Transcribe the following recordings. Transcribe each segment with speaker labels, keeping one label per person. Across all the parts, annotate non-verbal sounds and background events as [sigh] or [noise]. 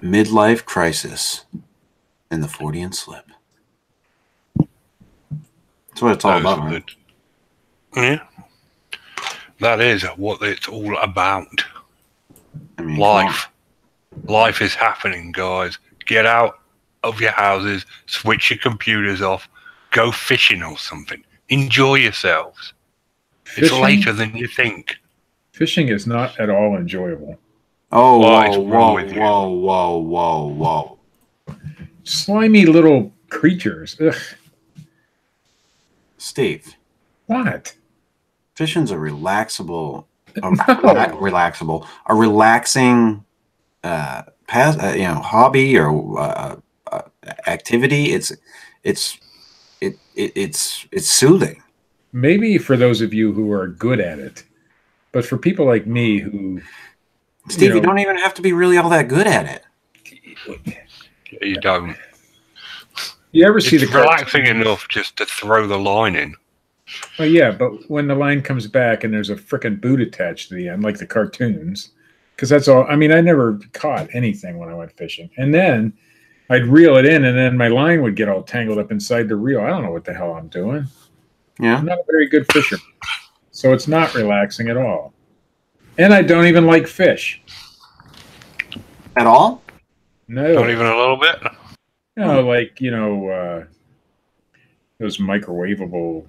Speaker 1: midlife crisis and the 40 and slip. That's what
Speaker 2: Oh,
Speaker 1: it's all
Speaker 3: Those
Speaker 1: about,
Speaker 3: are
Speaker 1: man.
Speaker 3: the- Yeah. That is what it's all about.
Speaker 1: I mean, come on.
Speaker 3: Life. Life is happening, guys. Get out of your houses, switch your computers off, go fishing or something. Enjoy yourselves. It's
Speaker 2: Fishing?
Speaker 3: later than you think.
Speaker 2: Fishing is not at all enjoyable.
Speaker 1: Oh,
Speaker 3: Why
Speaker 1: whoa,
Speaker 3: is wrong
Speaker 1: whoa,
Speaker 3: with you?
Speaker 1: whoa, whoa, whoa, whoa.
Speaker 2: Slimy little creatures. Ugh,
Speaker 1: Steve,
Speaker 2: what?
Speaker 1: fishing's a relaxable, a
Speaker 2: No.
Speaker 1: rela- relaxable, a relaxing, uh, pass, uh, you know, hobby or uh, uh, activity. It's, it's, it, it, it's, it's soothing.
Speaker 2: Maybe for those of you who are good at it, but for people like me who
Speaker 1: Steve, you
Speaker 2: know-
Speaker 1: don't even have to be really all that good at it.
Speaker 3: You don't.
Speaker 2: you ever see
Speaker 3: It's
Speaker 2: the
Speaker 3: relaxing enough just to throw the line in.
Speaker 2: Well, yeah, but when the line comes back and there's a frickin' boot attached to the end, like the cartoons, because that's all. I mean, I never caught anything when I went fishing, and then I'd reel it in, and then my line would get all tangled up inside the reel. I don't know what the hell I'm doing.
Speaker 1: Yeah.
Speaker 2: I'm not a very good fisherman, so it's not relaxing at all. And I don't even like fish.
Speaker 1: At all?
Speaker 3: Not
Speaker 2: No,
Speaker 3: even a little bit.
Speaker 2: no, like you know, uh, those microwavable,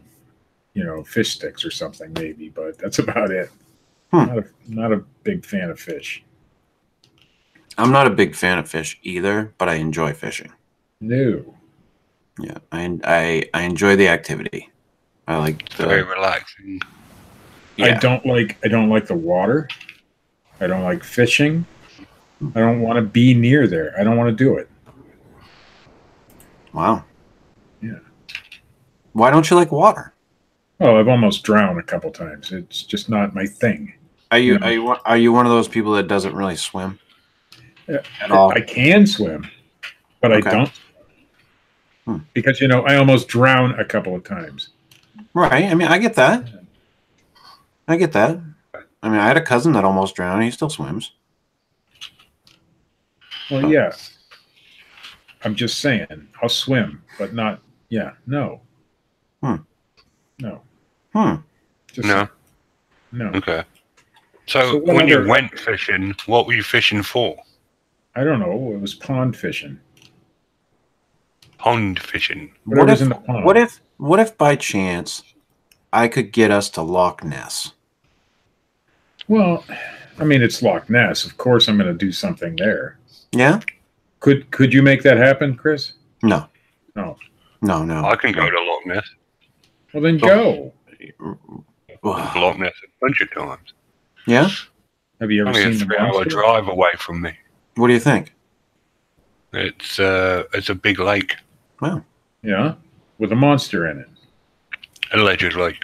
Speaker 2: you know, fish sticks or something maybe, but that's about it.
Speaker 1: Hmm.
Speaker 2: Not a not a big fan of fish.
Speaker 1: I'm not a big fan of fish either, but I enjoy fishing.
Speaker 2: No.
Speaker 1: Yeah. I, I, I enjoy the activity. I like
Speaker 3: It's very
Speaker 1: the,
Speaker 3: relaxing.
Speaker 2: I
Speaker 1: yeah.
Speaker 2: don't like I don't like the water. I don't like fishing. I don't want to be near there. I don't want to do it.
Speaker 1: Wow.
Speaker 2: Yeah.
Speaker 1: Why don't you like water?
Speaker 2: Well, I've almost drowned a couple times. It's just not my thing.
Speaker 1: Are you
Speaker 2: Yeah.
Speaker 1: are you one- are you one of those people that doesn't really swim
Speaker 2: Yeah.
Speaker 1: at all?
Speaker 2: I can swim, but
Speaker 1: Okay.
Speaker 2: I don't.
Speaker 1: Hmm.
Speaker 2: Because you know, I almost drown a couple of times.
Speaker 1: right. I mean, I get that. I get that. I mean, I had a cousin that almost drowned. He still swims.
Speaker 2: Well, yeah. I'm just saying, I'll swim, but not yeah, no.
Speaker 1: Hmm.
Speaker 2: No.
Speaker 1: Hmm.
Speaker 2: Just
Speaker 3: no.
Speaker 2: no.
Speaker 3: Okay. So,
Speaker 2: So what
Speaker 3: when you
Speaker 2: other-
Speaker 3: went fishing, what were you fishing for?
Speaker 2: I don't know. It was pond fishing.
Speaker 3: Pond fishing.
Speaker 1: What
Speaker 2: Whatever's
Speaker 1: if,
Speaker 2: in the pond.
Speaker 1: what if what if by chance I could get us to Loch Ness?
Speaker 2: Well, I mean, it's Loch Ness. Of course, I'm going to do something there.
Speaker 1: Yeah.
Speaker 2: Could could you make that happen, Chris?
Speaker 1: No.
Speaker 2: No.
Speaker 1: No. No.
Speaker 3: I can go to Loch Ness.
Speaker 2: Well, then
Speaker 3: So-
Speaker 2: go.
Speaker 1: Ugh.
Speaker 3: Loch Ness a bunch of times.
Speaker 1: yeah.
Speaker 2: Have you ever
Speaker 3: Only a
Speaker 2: seen the
Speaker 3: three-hour
Speaker 2: monster?
Speaker 3: drive away from me.
Speaker 1: What do you think?
Speaker 3: It's uh, it's a big lake,
Speaker 2: Yeah, with a monster in it.
Speaker 3: allegedly.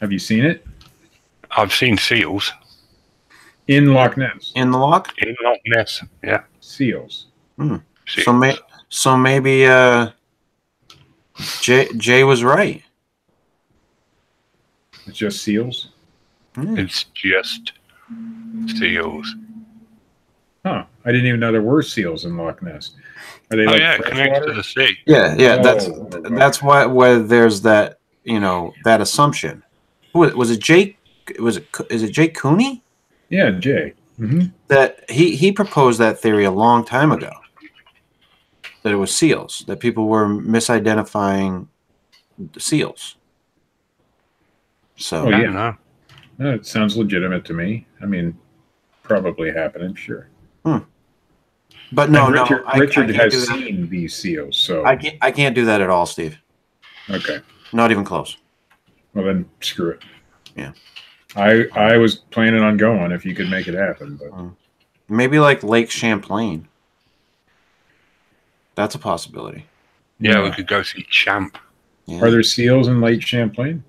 Speaker 2: Have you seen it
Speaker 3: I've seen seals
Speaker 2: in Loch Ness?
Speaker 1: In the Loch?
Speaker 3: in Loch Ness. Yeah.
Speaker 2: Seals.
Speaker 3: Seals.
Speaker 1: So may, so maybe uh, Jay Jay was right.
Speaker 2: It's just seals.
Speaker 1: Hmm.
Speaker 3: it's just seals.
Speaker 2: Huh? I didn't even know there were seals in Loch Ness. Are they
Speaker 3: Oh
Speaker 2: like
Speaker 3: yeah, it connects to
Speaker 2: freshwater?
Speaker 3: the sea.
Speaker 1: Yeah, yeah, that's
Speaker 2: Oh, okay.
Speaker 1: that's why where there's that you know that assumption. Who Was, was it Jake? Was it Co- is it Jake Cooney
Speaker 2: Yeah, Jay. hmm
Speaker 1: that he he proposed that theory a long time ago? That it was seals that people were misidentifying seals. So
Speaker 2: Oh,
Speaker 3: I
Speaker 2: yeah.
Speaker 3: don't know.
Speaker 2: No, Uh, it sounds legitimate to me. I mean, probably happening, sure.
Speaker 1: but no,
Speaker 2: And Richard,
Speaker 1: no, I,
Speaker 2: Richard
Speaker 1: I can't do
Speaker 2: has
Speaker 1: that.
Speaker 2: seen these seals, so
Speaker 1: I can't, I can't do that at all, Steve.
Speaker 2: okay.
Speaker 1: Not even close.
Speaker 2: Well, then screw it.
Speaker 1: Yeah.
Speaker 2: I I was planning on going if you could make it happen, but
Speaker 1: Maybe like Lake Champlain. That's a possibility.
Speaker 3: Yeah, we could go see Champ.
Speaker 1: Yeah,
Speaker 2: Are there seals in Lake Champlain?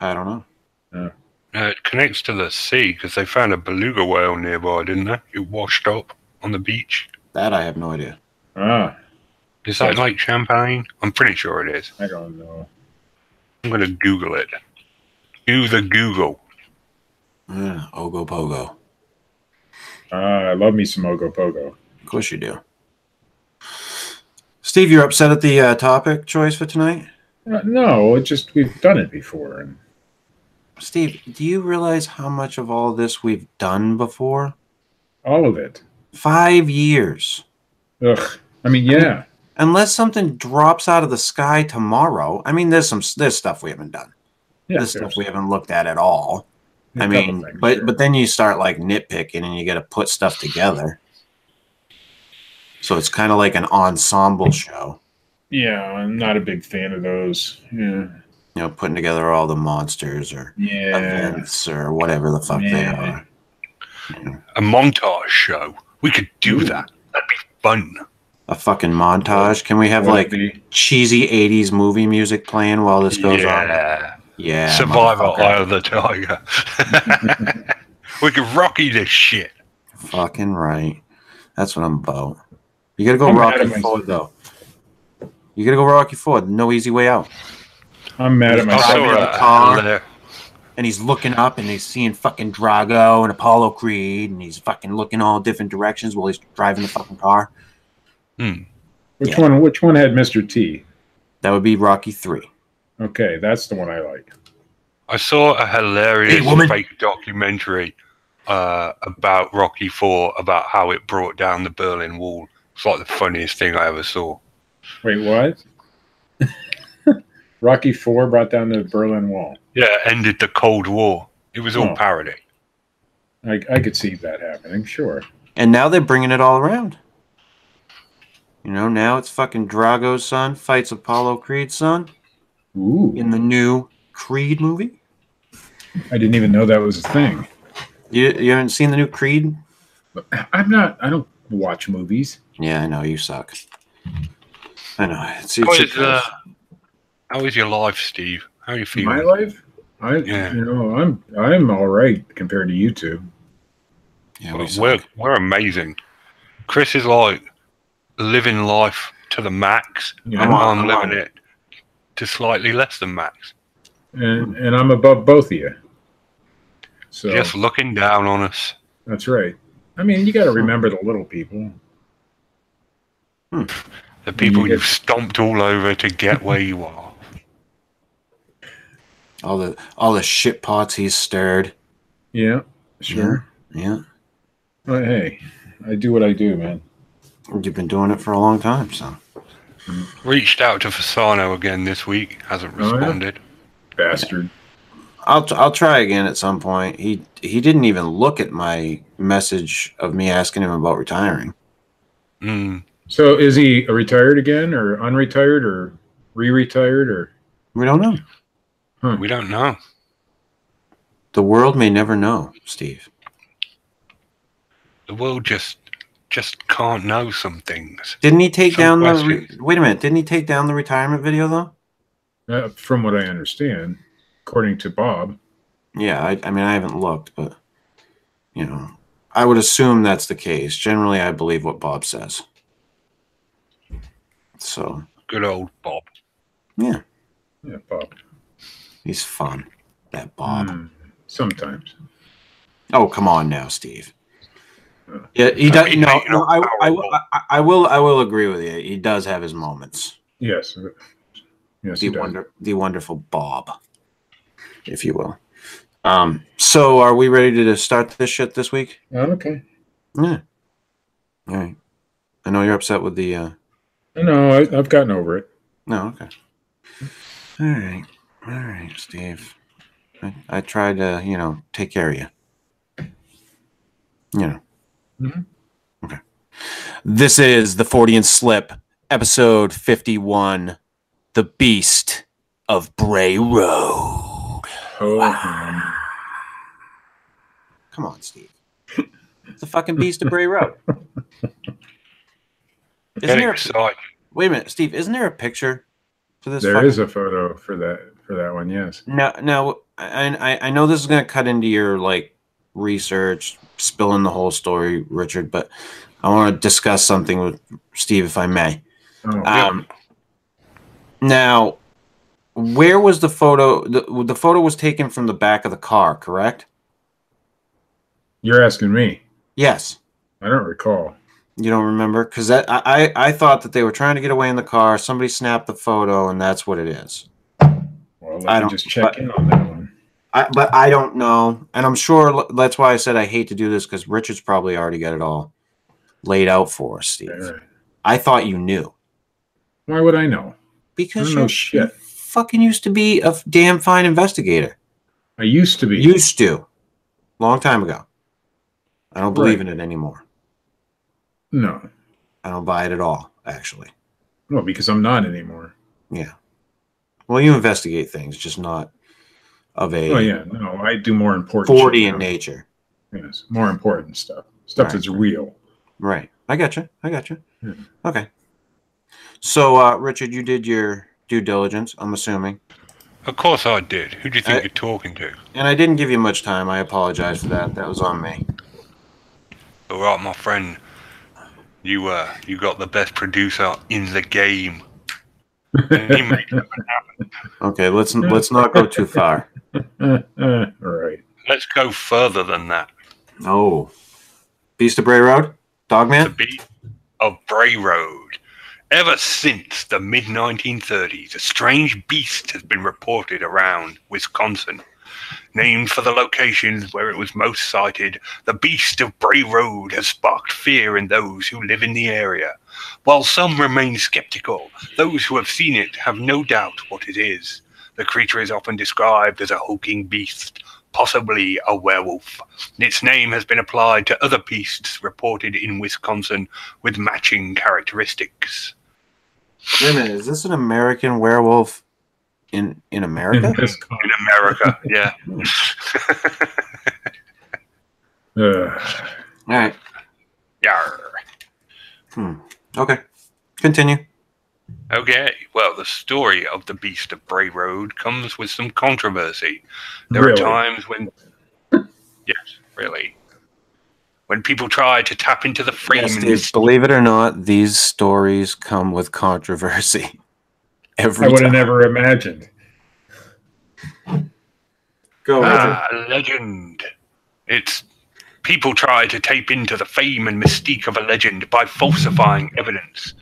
Speaker 1: I don't know.
Speaker 3: Uh, it connects to the sea because they found a beluga whale nearby, didn't they? It washed up on the beach.
Speaker 1: That I have no idea.
Speaker 2: Ah,
Speaker 3: Is that Lake Champagne? I'm pretty sure it is.
Speaker 2: I don't know.
Speaker 3: I'm going to Google it. Do the Google.
Speaker 1: Yeah, Uh, Ogo Pogo.
Speaker 2: Ah, I love me some Ogopogo.
Speaker 1: Of course you do. Steve, you're upset at the uh, topic choice for tonight.
Speaker 2: Uh, No, it just we've done it before, and
Speaker 1: Steve, do you realize how much of all this we've done before?
Speaker 2: all of it.
Speaker 1: Five years.
Speaker 2: Ugh. I mean, yeah,
Speaker 1: Unless something drops out of the sky tomorrow. I mean, there's some there's stuff we haven't done.
Speaker 2: yeah.
Speaker 1: there's stuff
Speaker 2: there's
Speaker 1: we haven't looked at at all.
Speaker 2: a
Speaker 1: I
Speaker 2: couple
Speaker 1: mean,
Speaker 2: things,
Speaker 1: but
Speaker 2: sure.
Speaker 1: but then you start like nitpicking and you got to put stuff together. So it's kind of like an ensemble show,
Speaker 2: yeah, I'm not a big fan of those. Yeah,
Speaker 1: you know, putting together all the monsters or
Speaker 2: yeah.
Speaker 1: events or whatever the fuck they
Speaker 2: Yeah.
Speaker 1: are.
Speaker 3: A montage show. We could
Speaker 1: Hmm.
Speaker 3: do that. That'd be fun.
Speaker 1: A fucking montage. Can we have
Speaker 2: Would it
Speaker 1: like
Speaker 2: be-
Speaker 1: cheesy '80s movie music playing while this goes on?
Speaker 3: yeah.
Speaker 1: Yeah,
Speaker 3: Survivor
Speaker 1: motherfucker.
Speaker 3: Eye of the Tiger. [laughs] we could Rocky this shit.
Speaker 1: Fucking right. That's what I'm about. You gotta go
Speaker 2: I'm mad
Speaker 1: Rocky
Speaker 2: at myself.
Speaker 1: Ford though. You gotta go Rocky Ford. No easy way out.
Speaker 2: I'm mad at
Speaker 1: I saw
Speaker 2: myself.
Speaker 1: it.
Speaker 3: Also,
Speaker 1: the car.
Speaker 3: uh,
Speaker 1: and he's looking up and he's seeing fucking Drago and Apollo Creed and he's fucking looking all different directions while he's driving the fucking car.
Speaker 2: Which
Speaker 1: Yeah.
Speaker 2: one? Which one had Mr. T?
Speaker 1: That would be Rocky Three.
Speaker 2: Okay, that's the one I like.
Speaker 3: I saw a hilarious
Speaker 1: Hey, woman.
Speaker 3: fake documentary uh, about Rocky Four about how it brought down the Berlin Wall. It's like the funniest thing I ever saw.
Speaker 2: Wait,
Speaker 1: [laughs]
Speaker 2: what? Rocky Four brought down the Berlin Wall.
Speaker 3: Yeah, it ended the Cold War. It was all
Speaker 1: Hmm.
Speaker 2: Oh.
Speaker 3: parody.
Speaker 2: I, I could see that happening. Sure.
Speaker 1: And now they're bringing it all around. You know, now it's fucking Drago's son fights Apollo Creed's son
Speaker 2: Ooh,
Speaker 1: in the new Creed movie.
Speaker 2: I didn't even know that was a thing.
Speaker 1: You, you haven't seen the new Creed?
Speaker 2: I'm not. I don't watch movies.
Speaker 1: Yeah, I know you suck. I know. It's,
Speaker 3: How
Speaker 1: it's
Speaker 3: is, uh, how is your life, Steve? How are you
Speaker 2: My
Speaker 3: feeling?
Speaker 2: life, I
Speaker 3: Yeah.
Speaker 2: you know I'm I'm all right compared to you two.
Speaker 1: yeah, we
Speaker 3: Well,
Speaker 1: suck.
Speaker 3: We're, we're amazing. Chris is like living life to the max,
Speaker 2: Yeah.
Speaker 3: and
Speaker 1: Come on, come
Speaker 3: I'm living
Speaker 1: on.
Speaker 3: it to slightly less than max.
Speaker 2: and and I'm above both of you. So
Speaker 3: Just looking down on us.
Speaker 2: that's right. I mean, you got to remember the little people.
Speaker 3: The people
Speaker 2: get-
Speaker 3: you've stomped all over to get where you are.
Speaker 1: all the all the shit pots he's stirred.
Speaker 2: Yeah, sure.
Speaker 1: Yeah,
Speaker 2: But hey, I do what I do, man.
Speaker 1: you've been doing it for a long time, so
Speaker 3: Reached out to Fasano again this week, hasn't
Speaker 2: Oh, yeah?
Speaker 3: responded.
Speaker 2: Bastard.
Speaker 1: I'll t- I'll try again at some point. He he didn't even look at my message of me asking him about retiring.
Speaker 3: Mm.
Speaker 2: So is he retired again, or unretired, or re-retired, or
Speaker 1: We don't know.
Speaker 3: We don't know.
Speaker 1: The world may never know, Steve.
Speaker 3: The world just just can't know some things.
Speaker 1: Didn't he take
Speaker 3: Some
Speaker 1: down the?
Speaker 3: questions.
Speaker 1: Re- Wait a minute. Didn't he take down the retirement video though?
Speaker 2: uh, from what I understand, according to Bob.
Speaker 1: Yeah, I, I mean I haven't looked, but you know, I would assume that's the case. Generally, I believe what Bob says. So
Speaker 3: Good old Bob.
Speaker 2: Yeah, Bob.
Speaker 1: he's fun. That Bob.
Speaker 2: Hmm. sometimes.
Speaker 1: Oh, come on now, Steve.
Speaker 2: Uh,
Speaker 1: Yeah, he
Speaker 3: I
Speaker 1: does.
Speaker 3: mean,
Speaker 1: No,
Speaker 3: you
Speaker 1: no
Speaker 3: know,
Speaker 1: I, I,
Speaker 3: Powerball.
Speaker 1: I, I will, I will agree with you. He does have his moments.
Speaker 2: Yes. Yes.
Speaker 1: The
Speaker 2: he does.
Speaker 1: wonder, the wonderful Bob, if you will. Um. So, are we ready to just start this shit this week?
Speaker 2: Oh, okay.
Speaker 1: Yeah. All right. I know you're upset with the. uh
Speaker 2: No, I, I've gotten over it.
Speaker 1: No. Oh, Okay. All right. All right, Steve. I, I tried to, you know, take care of you. You know.
Speaker 2: Mhm.
Speaker 1: Okay. This is the 40 and Slip, episode 51 The Beast of Bray Road.
Speaker 2: Oh,
Speaker 1: Ah,
Speaker 2: man.
Speaker 1: Come on, Steve. It's the fucking Beast of Bray
Speaker 2: [laughs]
Speaker 1: Road. Isn't
Speaker 3: Get
Speaker 1: there,
Speaker 3: excited.
Speaker 1: wait a minute, Steve, isn't there a picture for this?
Speaker 2: There
Speaker 1: fucking-
Speaker 2: is a photo for that for that one. Yes.
Speaker 1: Now, now, I, I I know this is going to cut into your like research, spilling the whole story, Richard. But I want to discuss something with Steve, if I may.
Speaker 2: Oh,
Speaker 1: Um, now, where was the photo? The, the photo was taken from the back of the car, correct?
Speaker 2: you're asking me.
Speaker 1: Yes.
Speaker 2: I don't recall.
Speaker 1: You don't remember? Because that I, I I thought that they were trying to get away in the car. Somebody snapped the photo, and that's what it is.
Speaker 2: Well,
Speaker 1: I
Speaker 2: let me
Speaker 1: don't-
Speaker 2: just check
Speaker 1: but-
Speaker 2: in on that one.
Speaker 1: I, but I don't know, and I'm sure l- that's why I said I hate to do this because Richard's probably already got it all laid out for us, Steve.
Speaker 2: Right, right.
Speaker 1: I thought you knew
Speaker 2: Why would I know? I
Speaker 1: because
Speaker 2: don't know
Speaker 1: you
Speaker 2: shit.
Speaker 1: fucking used to be a f- damn fine investigator.
Speaker 2: I used to be.
Speaker 1: Used to, long time ago. I don't believe
Speaker 2: Right.
Speaker 1: in it anymore.
Speaker 2: no,
Speaker 1: I don't buy it at all, actually.
Speaker 2: well, because I'm not anymore.
Speaker 1: Well, you investigate things, just not of a
Speaker 2: Oh yeah, no, I do more important.
Speaker 1: forty
Speaker 2: shit
Speaker 1: in
Speaker 2: now.
Speaker 1: nature.
Speaker 2: Yes, more important stuff. Stuff
Speaker 1: Right,
Speaker 2: that's real.
Speaker 1: Right. I got you. I got you.
Speaker 2: Yeah.
Speaker 1: Okay. So, uh, Richard, you did your due diligence, I'm assuming,
Speaker 3: Of course I did. Who do you think
Speaker 1: I-
Speaker 3: you're talking to?
Speaker 1: and I didn't give you much time. I apologize for that. That was on me.
Speaker 3: All right, my friend. You uh, you got the best producer in the game. He made it happen.
Speaker 1: Okay. Let's let's not go too
Speaker 2: [laughs]
Speaker 1: far.
Speaker 2: Uh, uh, all right.
Speaker 3: Let's go further than that.
Speaker 1: Oh, Beast of Bray Road,
Speaker 3: The
Speaker 1: Dogman.
Speaker 3: beat of Bray Road. Ever since the mid 1930s, a strange beast has been reported around Wisconsin. Named for the locations where it was most sighted, the beast of Bray Road has sparked fear in those who live in the area. While some remain skeptical, those who have seen it have no doubt what it is. The creature is often described as a hulking beast, possibly a werewolf. Its name has been applied to other beasts reported in Wisconsin with matching characteristics.
Speaker 1: Wait a minute. Is this an American werewolf in in America?
Speaker 2: [laughs] In this con-
Speaker 3: In [laughs] America, yeah.
Speaker 2: Ugh.
Speaker 1: All right.
Speaker 3: Yarr.
Speaker 1: Okay. Continue.
Speaker 3: Okay, well, the story of the Beast of Bray Road comes with some controversy. There
Speaker 2: Really?
Speaker 3: are times when. Yes, really. When people try to tap into the frame
Speaker 1: Yes,
Speaker 3: and
Speaker 1: Steve, believe it or not, these stories come with controversy. [laughs]
Speaker 2: I
Speaker 1: Every
Speaker 2: would
Speaker 1: time.
Speaker 2: have never imagined.
Speaker 1: Go.
Speaker 3: Ah, legend. It's people try to tape into the fame and mystique of a legend by falsifying evidence.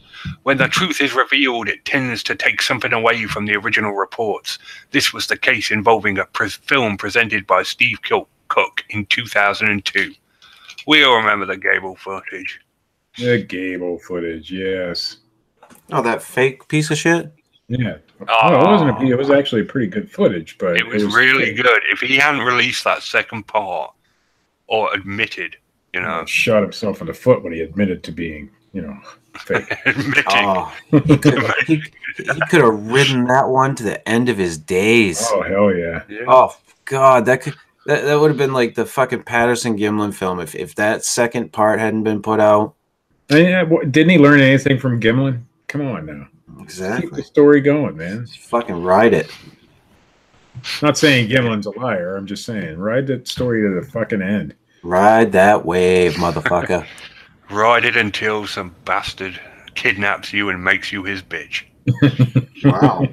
Speaker 3: When the truth is revealed, it tends to take something away from the original reports. This was the case involving a pres film presented by Steve Kil- Cook in 2002. We all remember the Gable footage.
Speaker 2: The Gable footage, yes.
Speaker 1: Oh, that fake piece of shit.
Speaker 2: Yeah.
Speaker 3: Ah.
Speaker 2: No, Oh, it wasn't. A, it was actually pretty good footage, but
Speaker 3: It was really good. If he hadn't released that second part or admitted, you know, [laughs]
Speaker 2: Shot himself in the foot when he admitted to being, you know, [laughs]
Speaker 3: [laughs]
Speaker 2: fake.
Speaker 3: admitting.
Speaker 2: Ah.
Speaker 1: Oh, he could he, he could have ridden that one to the end of his days.
Speaker 2: [laughs] oh hell yeah!
Speaker 3: Yeah.
Speaker 1: Oh God, that could that, that would have been like the fucking Patterson Gimlin film if if that second part hadn't been put out.
Speaker 2: I mean, yeah, what- didn't he learn anything from Gimlin? Come on now, keep the
Speaker 1: Exactly.
Speaker 2: story going, man.
Speaker 1: Fucking ride it.
Speaker 2: Not saying Gimlin's a liar. I'm just saying ride that story to the fucking end.
Speaker 1: Ride that wave,
Speaker 2: [laughs]
Speaker 1: motherfucker.
Speaker 3: Ride it until some bastard kidnaps you and makes you his
Speaker 2: [laughs]
Speaker 3: bitch.
Speaker 1: wow.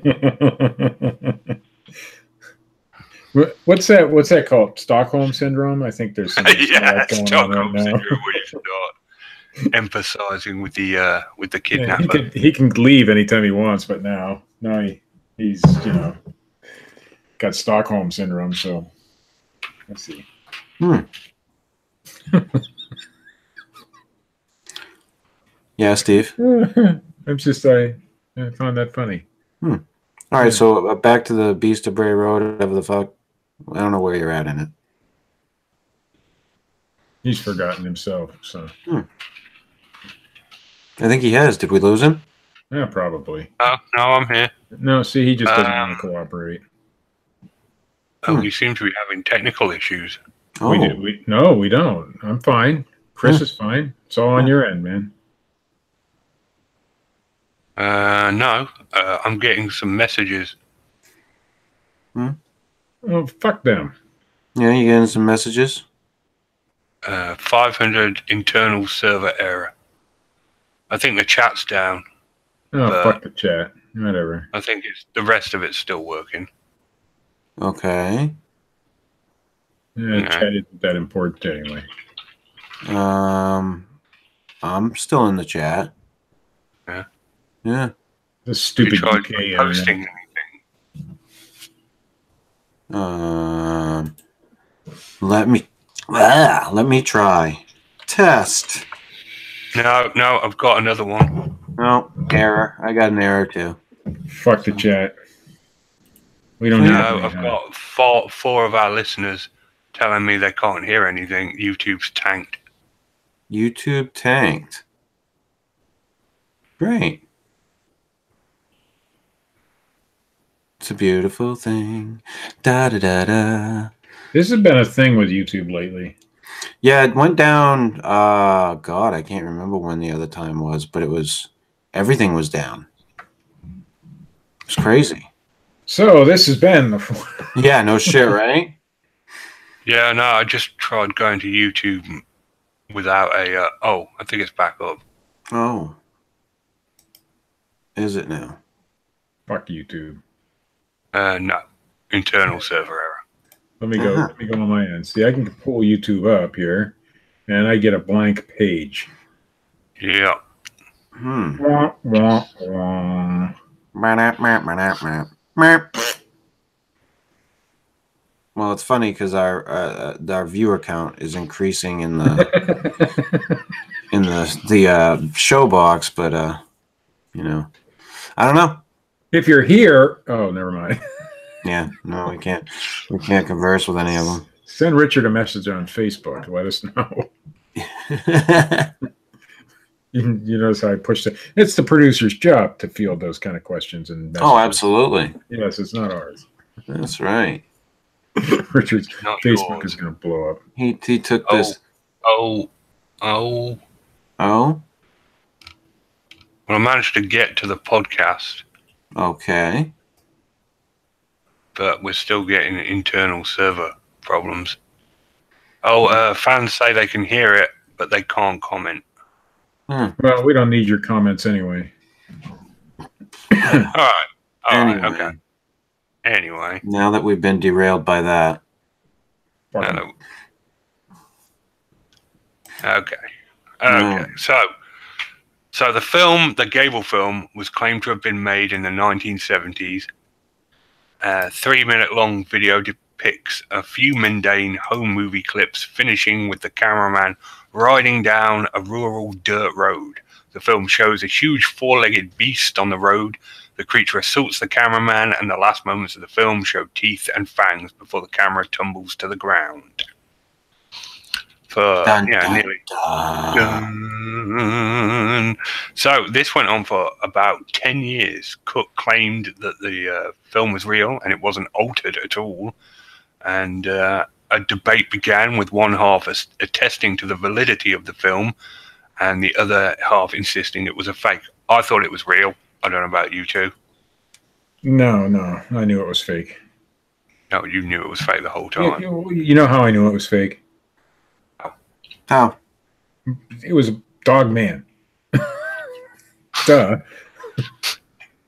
Speaker 2: Wha- What's that? What's that called? Stockholm syndrome. I think there's some of
Speaker 3: [laughs] yeah,
Speaker 2: that going on
Speaker 3: Stockholm
Speaker 2: right now.
Speaker 3: syndrome where you start emphasizing with the uh, with the
Speaker 2: Yeah, he
Speaker 3: kidnapper.
Speaker 2: could he can leave anytime he wants, but now now he, he's you know got Stockholm syndrome. So let's see.
Speaker 1: Yeah, Steve.
Speaker 2: I'm just I, I found that funny.
Speaker 1: All right,
Speaker 2: Yeah.
Speaker 1: so uh, back to the Beast of Bray Road, whatever the fuck. I don't know where you're at in it.
Speaker 2: He's forgotten himself. So
Speaker 1: I think he has. Did we lose him?
Speaker 2: yeah, probably.
Speaker 3: Oh, no, I'm here.
Speaker 2: No, see, he just doesn't
Speaker 3: Um,
Speaker 2: want to cooperate.
Speaker 3: Oh,
Speaker 1: Hmm.
Speaker 3: we seem to be having technical issues.
Speaker 1: Oh,
Speaker 2: We, do, we no, we don't. I'm fine. Chris
Speaker 1: Yeah.
Speaker 2: is fine. It's all on
Speaker 1: Yeah.
Speaker 2: your end, man.
Speaker 3: Uh, no, uh, I'm getting some messages.
Speaker 2: Oh fuck them.
Speaker 1: yeah, you getting some messages?
Speaker 3: Uh, 500 internal server error. I think the chat's down.
Speaker 2: Oh
Speaker 3: Uh,
Speaker 2: fuck the chat. Whatever.
Speaker 3: I think it's the rest of it's still working.
Speaker 1: Okay.
Speaker 2: Yeah,
Speaker 3: Yeah.
Speaker 2: Chat isn't that important anyway.
Speaker 1: Um, I'm still in the chat.
Speaker 3: Yeah.
Speaker 1: Yeah.
Speaker 2: The
Speaker 3: You
Speaker 2: stupid
Speaker 3: tried
Speaker 2: UK internet.
Speaker 3: posting anything.
Speaker 1: Um, let me ah, let me try. Test.
Speaker 3: No, no, I've got another one.
Speaker 1: No error. I got an error too.
Speaker 2: Fuck the chat. We don't
Speaker 3: No,
Speaker 2: have
Speaker 3: I've
Speaker 2: any, huh?
Speaker 3: got four, four of our listeners telling me they can't hear anything. YouTube's tanked.
Speaker 1: YouTube tanked. Great. It's a beautiful thing. Da da da da.
Speaker 2: This has been a thing with YouTube lately.
Speaker 1: Yeah, it went down. Uh, God, I can't remember when the other time was, but it was everything was down. It's crazy.
Speaker 2: So this has been the [laughs]
Speaker 1: Yeah, no shit, right?
Speaker 3: Yeah, no, I just tried going to YouTube without a. Uh, oh, I think it's back up.
Speaker 1: Oh, is it now?
Speaker 2: fuck YouTube.
Speaker 3: Uh, no, internal server error.
Speaker 2: Let me go.
Speaker 1: Uh-huh.
Speaker 2: Let me go on my end. See, I can pull YouTube up here, and I get a blank page. [laughs]
Speaker 3: Yeah,
Speaker 1: Hmm.
Speaker 2: Wah, wah, wah.
Speaker 1: Well, it's funny because our uh, uh, our viewer count is increasing in the in the the uh, show box, but uh, you know, I don't know.
Speaker 2: if you're here, oh, never mind. [laughs]
Speaker 1: Yeah, no, we can't we can't converse with any of them.
Speaker 2: Send Richard a message on Facebook. to Let us know. [laughs]
Speaker 1: [laughs]
Speaker 2: You, can- you notice how I pushed it. It's the producer's job to field those kind of questions and. messages.
Speaker 1: oh, absolutely.
Speaker 2: Yes, it's not ours. [laughs]
Speaker 1: That's right.
Speaker 2: Richard's
Speaker 3: not
Speaker 2: Facebook
Speaker 3: yours.
Speaker 2: is going to blow up.
Speaker 1: He he took this.
Speaker 3: Oh, oh.
Speaker 1: Oh,
Speaker 3: Well, I managed to get to the podcast,
Speaker 1: okay.
Speaker 3: but we're still getting internal server problems. Oh, uh, fans say they can hear it, but they can't comment.
Speaker 2: Well, we don't need your comments anyway.
Speaker 3: All right. all right,
Speaker 1: Anyway,
Speaker 3: Okay. Anyway.
Speaker 1: now that we've been derailed by that,
Speaker 2: Fuck
Speaker 3: No,
Speaker 2: 'em.
Speaker 3: no. Uh, Okay. Okay. So, so the film, the Gable film, was claimed to have been made in the 1970s. A three-minute-long video depicts a few mundane home movie clips, finishing with the cameraman riding down a rural dirt road. The film shows a huge four-legged beast on the road. The creature assaults the cameraman, and the last moments of the film show teeth and fangs before the camera tumbles to the ground. For
Speaker 1: Dun,
Speaker 3: yeah,
Speaker 1: dun,
Speaker 3: nearly
Speaker 1: uh,
Speaker 3: Dun. So this went on for about ten years. Cook claimed that the uh, film was real and it wasn't altered at all, and uh, a debate began with one half as- attesting to the validity of the film, and the other half insisting it was a fake. I thought it was real. I don't know about you two.
Speaker 2: no, no, I knew it was fake.
Speaker 3: No, you knew it was fake the whole
Speaker 2: You,
Speaker 3: time.
Speaker 2: you- you know how I knew it was fake?
Speaker 1: how?
Speaker 2: It was a Dog Man. [laughs] Duh.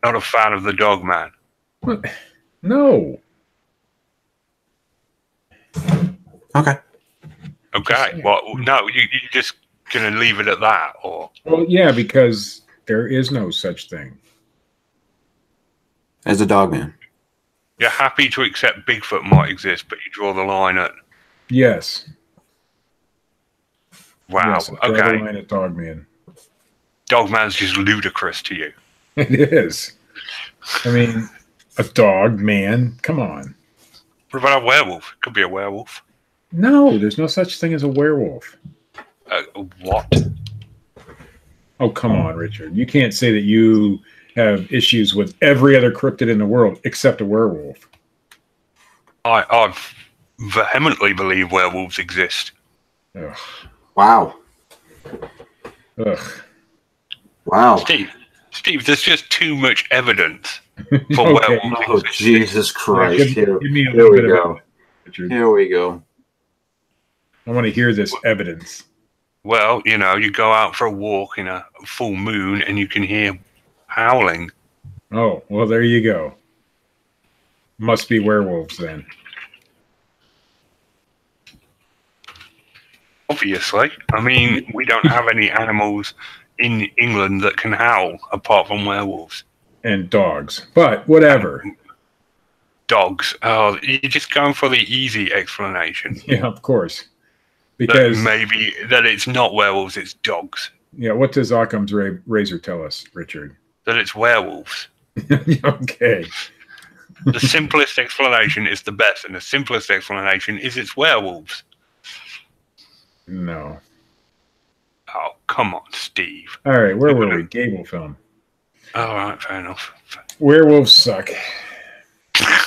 Speaker 3: Not a fan of the Dog Man.
Speaker 2: No.
Speaker 1: Okay.
Speaker 3: Okay. Well, no, you, you're just gonna leave it at that, or
Speaker 2: Well, yeah, because there is no such thing.
Speaker 1: As a dog man.
Speaker 3: You're happy to accept Bigfoot might exist, but you draw the line at
Speaker 2: Yes.
Speaker 3: wow.
Speaker 2: yes, draw the
Speaker 3: okay,
Speaker 2: line at Dog Man. [laughs]
Speaker 3: Dogman's just ludicrous to you.
Speaker 2: It is. I mean, a dog man. Come on.
Speaker 3: What about a werewolf? Could be a werewolf.
Speaker 2: No, there's no such thing as a werewolf.
Speaker 3: Uh, what?
Speaker 2: Oh, come on, Richard. You can't say that you have issues with every other cryptid in the world except a werewolf.
Speaker 3: I I vehemently believe werewolves exist.
Speaker 2: Ugh.
Speaker 1: Wow.
Speaker 2: Ugh.
Speaker 1: Wow.
Speaker 3: Steve, Steve, there's just too much
Speaker 2: [laughs]
Speaker 3: evidence for
Speaker 2: Okay.
Speaker 3: werewolves.
Speaker 1: Oh
Speaker 3: existing.
Speaker 1: Jesus Christ!
Speaker 2: give,
Speaker 1: Here,
Speaker 2: give me a
Speaker 1: here
Speaker 2: little
Speaker 1: we
Speaker 2: bit of
Speaker 1: go.
Speaker 2: evidence, Richard.
Speaker 1: Here we go.
Speaker 2: I want to hear this evidence.
Speaker 3: Well, you know, you go out for a walk in a full moon and you can hear howling.
Speaker 2: Oh, well, there you go. Must be werewolves then.
Speaker 3: Obviously, I mean we don't have any animals in England that can howl apart from werewolves.
Speaker 2: and dogs, but whatever. [laughs]
Speaker 3: Dogs. Oh, you're just going for the easy explanation.
Speaker 2: Yeah, of course.
Speaker 3: That
Speaker 2: Because
Speaker 3: maybe that it's not werewolves, it's dogs.
Speaker 2: yeah, what does Occam's ra- razor tell us, Richard? [laughs]
Speaker 3: That it's werewolves.
Speaker 2: okay.
Speaker 3: The simplest explanation is the best, and the simplest explanation is it's werewolves.
Speaker 2: No.
Speaker 3: Oh, come on, Steve.
Speaker 2: All right, where were we? Gable film.
Speaker 3: All right, fair enough.
Speaker 2: Werewolves suck.
Speaker 3: [laughs]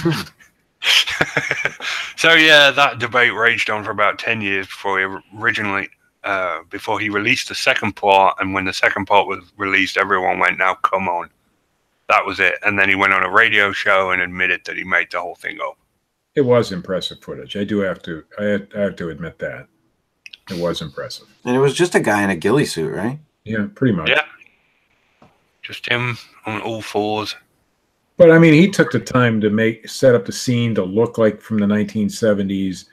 Speaker 3: so yeah, that debate raged on for about ten years before he originally, uh, before he released the second part. And when the second part was released, everyone went, "Now come on." That was it. And then he went on a radio show and admitted that he made the whole thing up.
Speaker 2: It was impressive footage. I do have to I, I have to admit that. It was impressive.
Speaker 1: And it was just a guy in a ghillie suit, right?
Speaker 2: Yeah, pretty much.
Speaker 3: Yeah. Just him on all fours.
Speaker 2: But I mean, he took the time to make set up the scene to look like from the 1970s,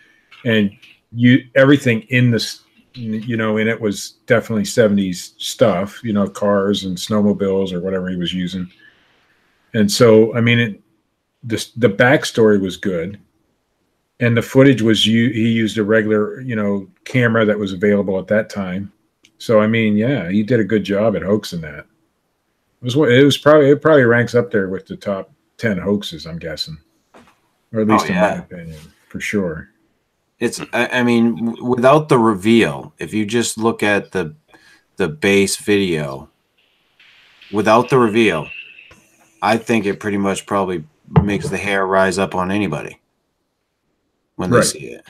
Speaker 2: and you everything in this, you know, in it was definitely 70s stuff. You know, cars and snowmobiles or whatever he was using. And so, I mean, it, this, the backstory was good, and the footage was you. He used a regular, you know, camera that was available at that time. So, I mean, yeah, he did a good job at hoaxing that. It was one- it was probably it probably ranks up there with the top ten hoaxes, I'm guessing, or at
Speaker 1: Oh,
Speaker 2: least in
Speaker 1: yeah.
Speaker 2: my opinion, for sure.
Speaker 1: It's I, I mean, w- without the reveal, if you just look at the the base video without the reveal, I think it pretty much probably makes the hair rise up on anybody when they
Speaker 2: Right.
Speaker 1: see it.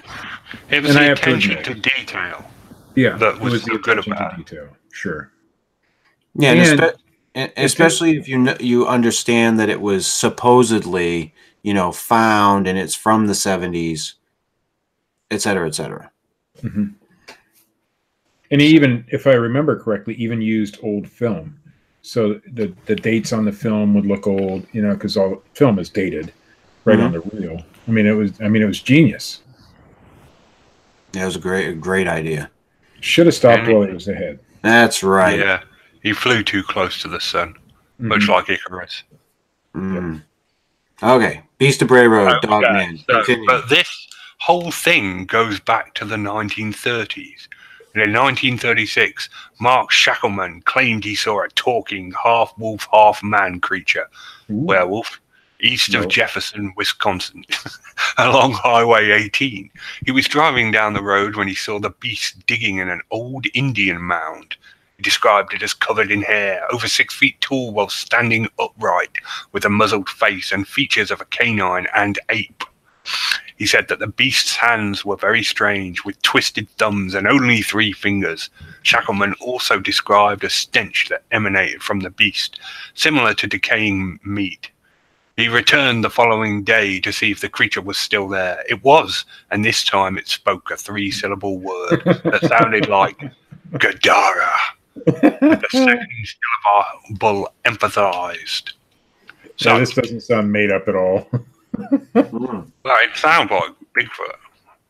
Speaker 3: It was
Speaker 2: And I
Speaker 3: the
Speaker 2: have to
Speaker 3: attention to
Speaker 2: admit-
Speaker 3: detail.
Speaker 2: Yeah,
Speaker 3: That
Speaker 2: it
Speaker 3: was
Speaker 2: the
Speaker 3: so good
Speaker 2: attention to
Speaker 3: about it.
Speaker 2: detail. Sure.
Speaker 1: Yeah, and,
Speaker 2: And-
Speaker 1: espe- and especially if you kn- you understand that it was supposedly you know found and it's from the seventies, et cetera, et cetera.
Speaker 2: hmm And he even, if I remember correctly, even used old film, so the the dates on the film would look old, you know, because all film is dated, right on the
Speaker 3: Mm-hmm.
Speaker 2: reel. I mean, it was I mean it was genius.
Speaker 1: That was a great a great idea.
Speaker 2: Should have stopped
Speaker 3: And-
Speaker 2: while it was ahead.
Speaker 1: That's right.
Speaker 3: Yeah. He flew too close to the sun, much
Speaker 2: Mhm.
Speaker 3: like Icarus.
Speaker 1: Mm. Okay, Beast of Bray Road,
Speaker 3: Okay,
Speaker 1: Dog Man.
Speaker 3: so-
Speaker 1: Continue.
Speaker 3: but this whole thing goes back to the 1930s. And in 1936, Mark Shackleman claimed he saw a talking half wolf, half man creature,
Speaker 2: Ooh.
Speaker 3: werewolf, east of
Speaker 2: Nope.
Speaker 3: Jefferson, Wisconsin, [laughs] along Highway 18. He was driving down the road when he saw the beast digging in an old Indian mound. He described it as covered in hair, over six feet tall while standing upright, with a muzzled face and features of a canine and ape. He said that the beast's hands were very strange, with twisted thumbs and only three fingers. Shackleman also described a stench that emanated from the beast, similar to decaying meat. He returned the following day to see if the creature was still there. It was, and this time it spoke a three syllable word that sounded like Gadara. The second syllable emphasized.
Speaker 2: So this doesn't sound made up at all. [laughs]
Speaker 1: Mm.
Speaker 3: Well, it sounds like Bigfoot.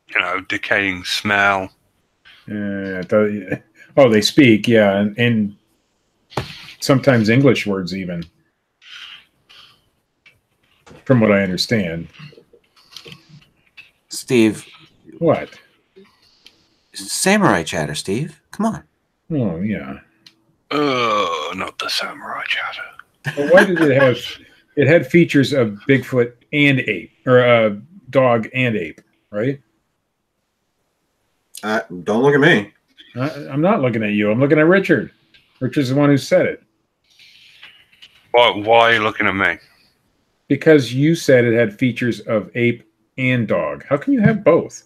Speaker 3: You know, decaying smell.
Speaker 2: Uh, the- oh, they speak, yeah, and, and sometimes English words even, from what I understand.
Speaker 1: Steve,
Speaker 2: What?
Speaker 1: Samurai Chatter, Steve. Come on.
Speaker 2: Oh, yeah.
Speaker 3: Oh, not the samurai chatter.
Speaker 2: But why did it have? it had features of Bigfoot and ape, or uh, dog and ape, right?
Speaker 1: Uh, don't look at me.
Speaker 2: I, I'm not looking at you. I'm looking at Richard. Richard's the one who said it
Speaker 3: Why, why are you looking at me?
Speaker 2: because you said it had features of ape and dog. How can you have both?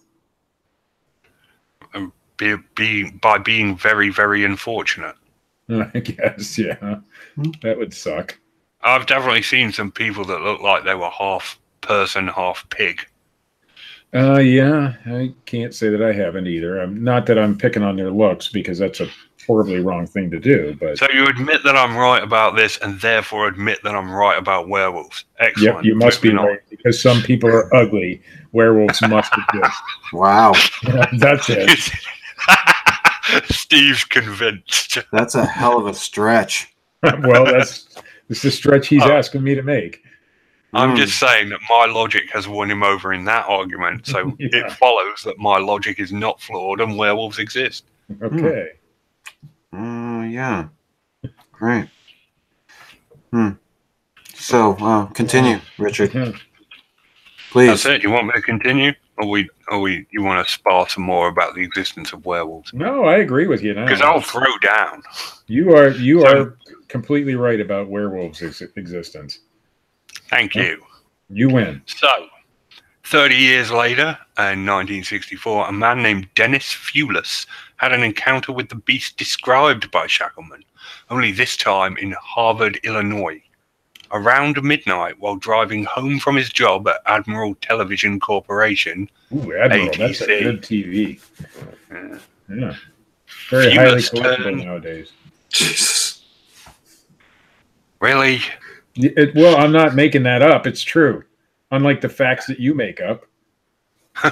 Speaker 2: [laughs]
Speaker 3: Be, be, by being very, very unfortunate.
Speaker 2: I guess, yeah. That would suck.
Speaker 3: I've definitely seen some people that look like they were half person, half pig.
Speaker 2: Uh, yeah, I can't say that I haven't either. I'm not that I'm picking on their looks because that's a horribly wrong thing to do, but
Speaker 3: So you admit that I'm right about this and therefore admit that I'm right about werewolves. Excellent.
Speaker 2: yep, you must be
Speaker 3: Moving on.
Speaker 2: right because some people are ugly. Werewolves must exist.
Speaker 1: Wow.
Speaker 2: [laughs] that's it.
Speaker 3: [laughs] Steve's convinced.
Speaker 1: That's a hell of a stretch.
Speaker 2: well, that's it's the stretch he's
Speaker 3: Uh,
Speaker 2: asking me to make.
Speaker 3: I'm
Speaker 1: Mm.
Speaker 3: just saying that my logic has won him over in that argument,
Speaker 2: [laughs]
Speaker 3: so
Speaker 2: Yeah.
Speaker 3: it follows that my logic is not flawed and werewolves exist. hmm.
Speaker 2: Okay.
Speaker 1: Mm, yeah. Great. Hmm. So uh, continue, Richard, please.
Speaker 3: That's it. You want me to continue, or we, or we, you want to spar some more about the existence of werewolves?
Speaker 2: No, I agree with you now.
Speaker 3: Because I'll throw down.
Speaker 2: You are you
Speaker 3: So-
Speaker 2: are completely right about werewolves' ex- existence.
Speaker 3: Thank you.
Speaker 2: You win.
Speaker 3: So, 30 years later, in 1964, a man named Dennis Fulis had an encounter with the beast described by Shackleman, only this time in Harvard, Illinois. Around midnight, while driving home from his job at Admiral Television Corporation,
Speaker 2: Ooh, Admiral, that's a
Speaker 3: ATC.
Speaker 2: good TV.
Speaker 3: Yeah.
Speaker 2: Yeah. Very
Speaker 3: You
Speaker 2: highly
Speaker 3: must
Speaker 2: collectible
Speaker 3: turn-
Speaker 2: nowadays.
Speaker 1: Jesus. [laughs]
Speaker 3: really, [laughs]
Speaker 2: Y- it- well, I'm not making that up. It's true. Unlike the facts that you make up.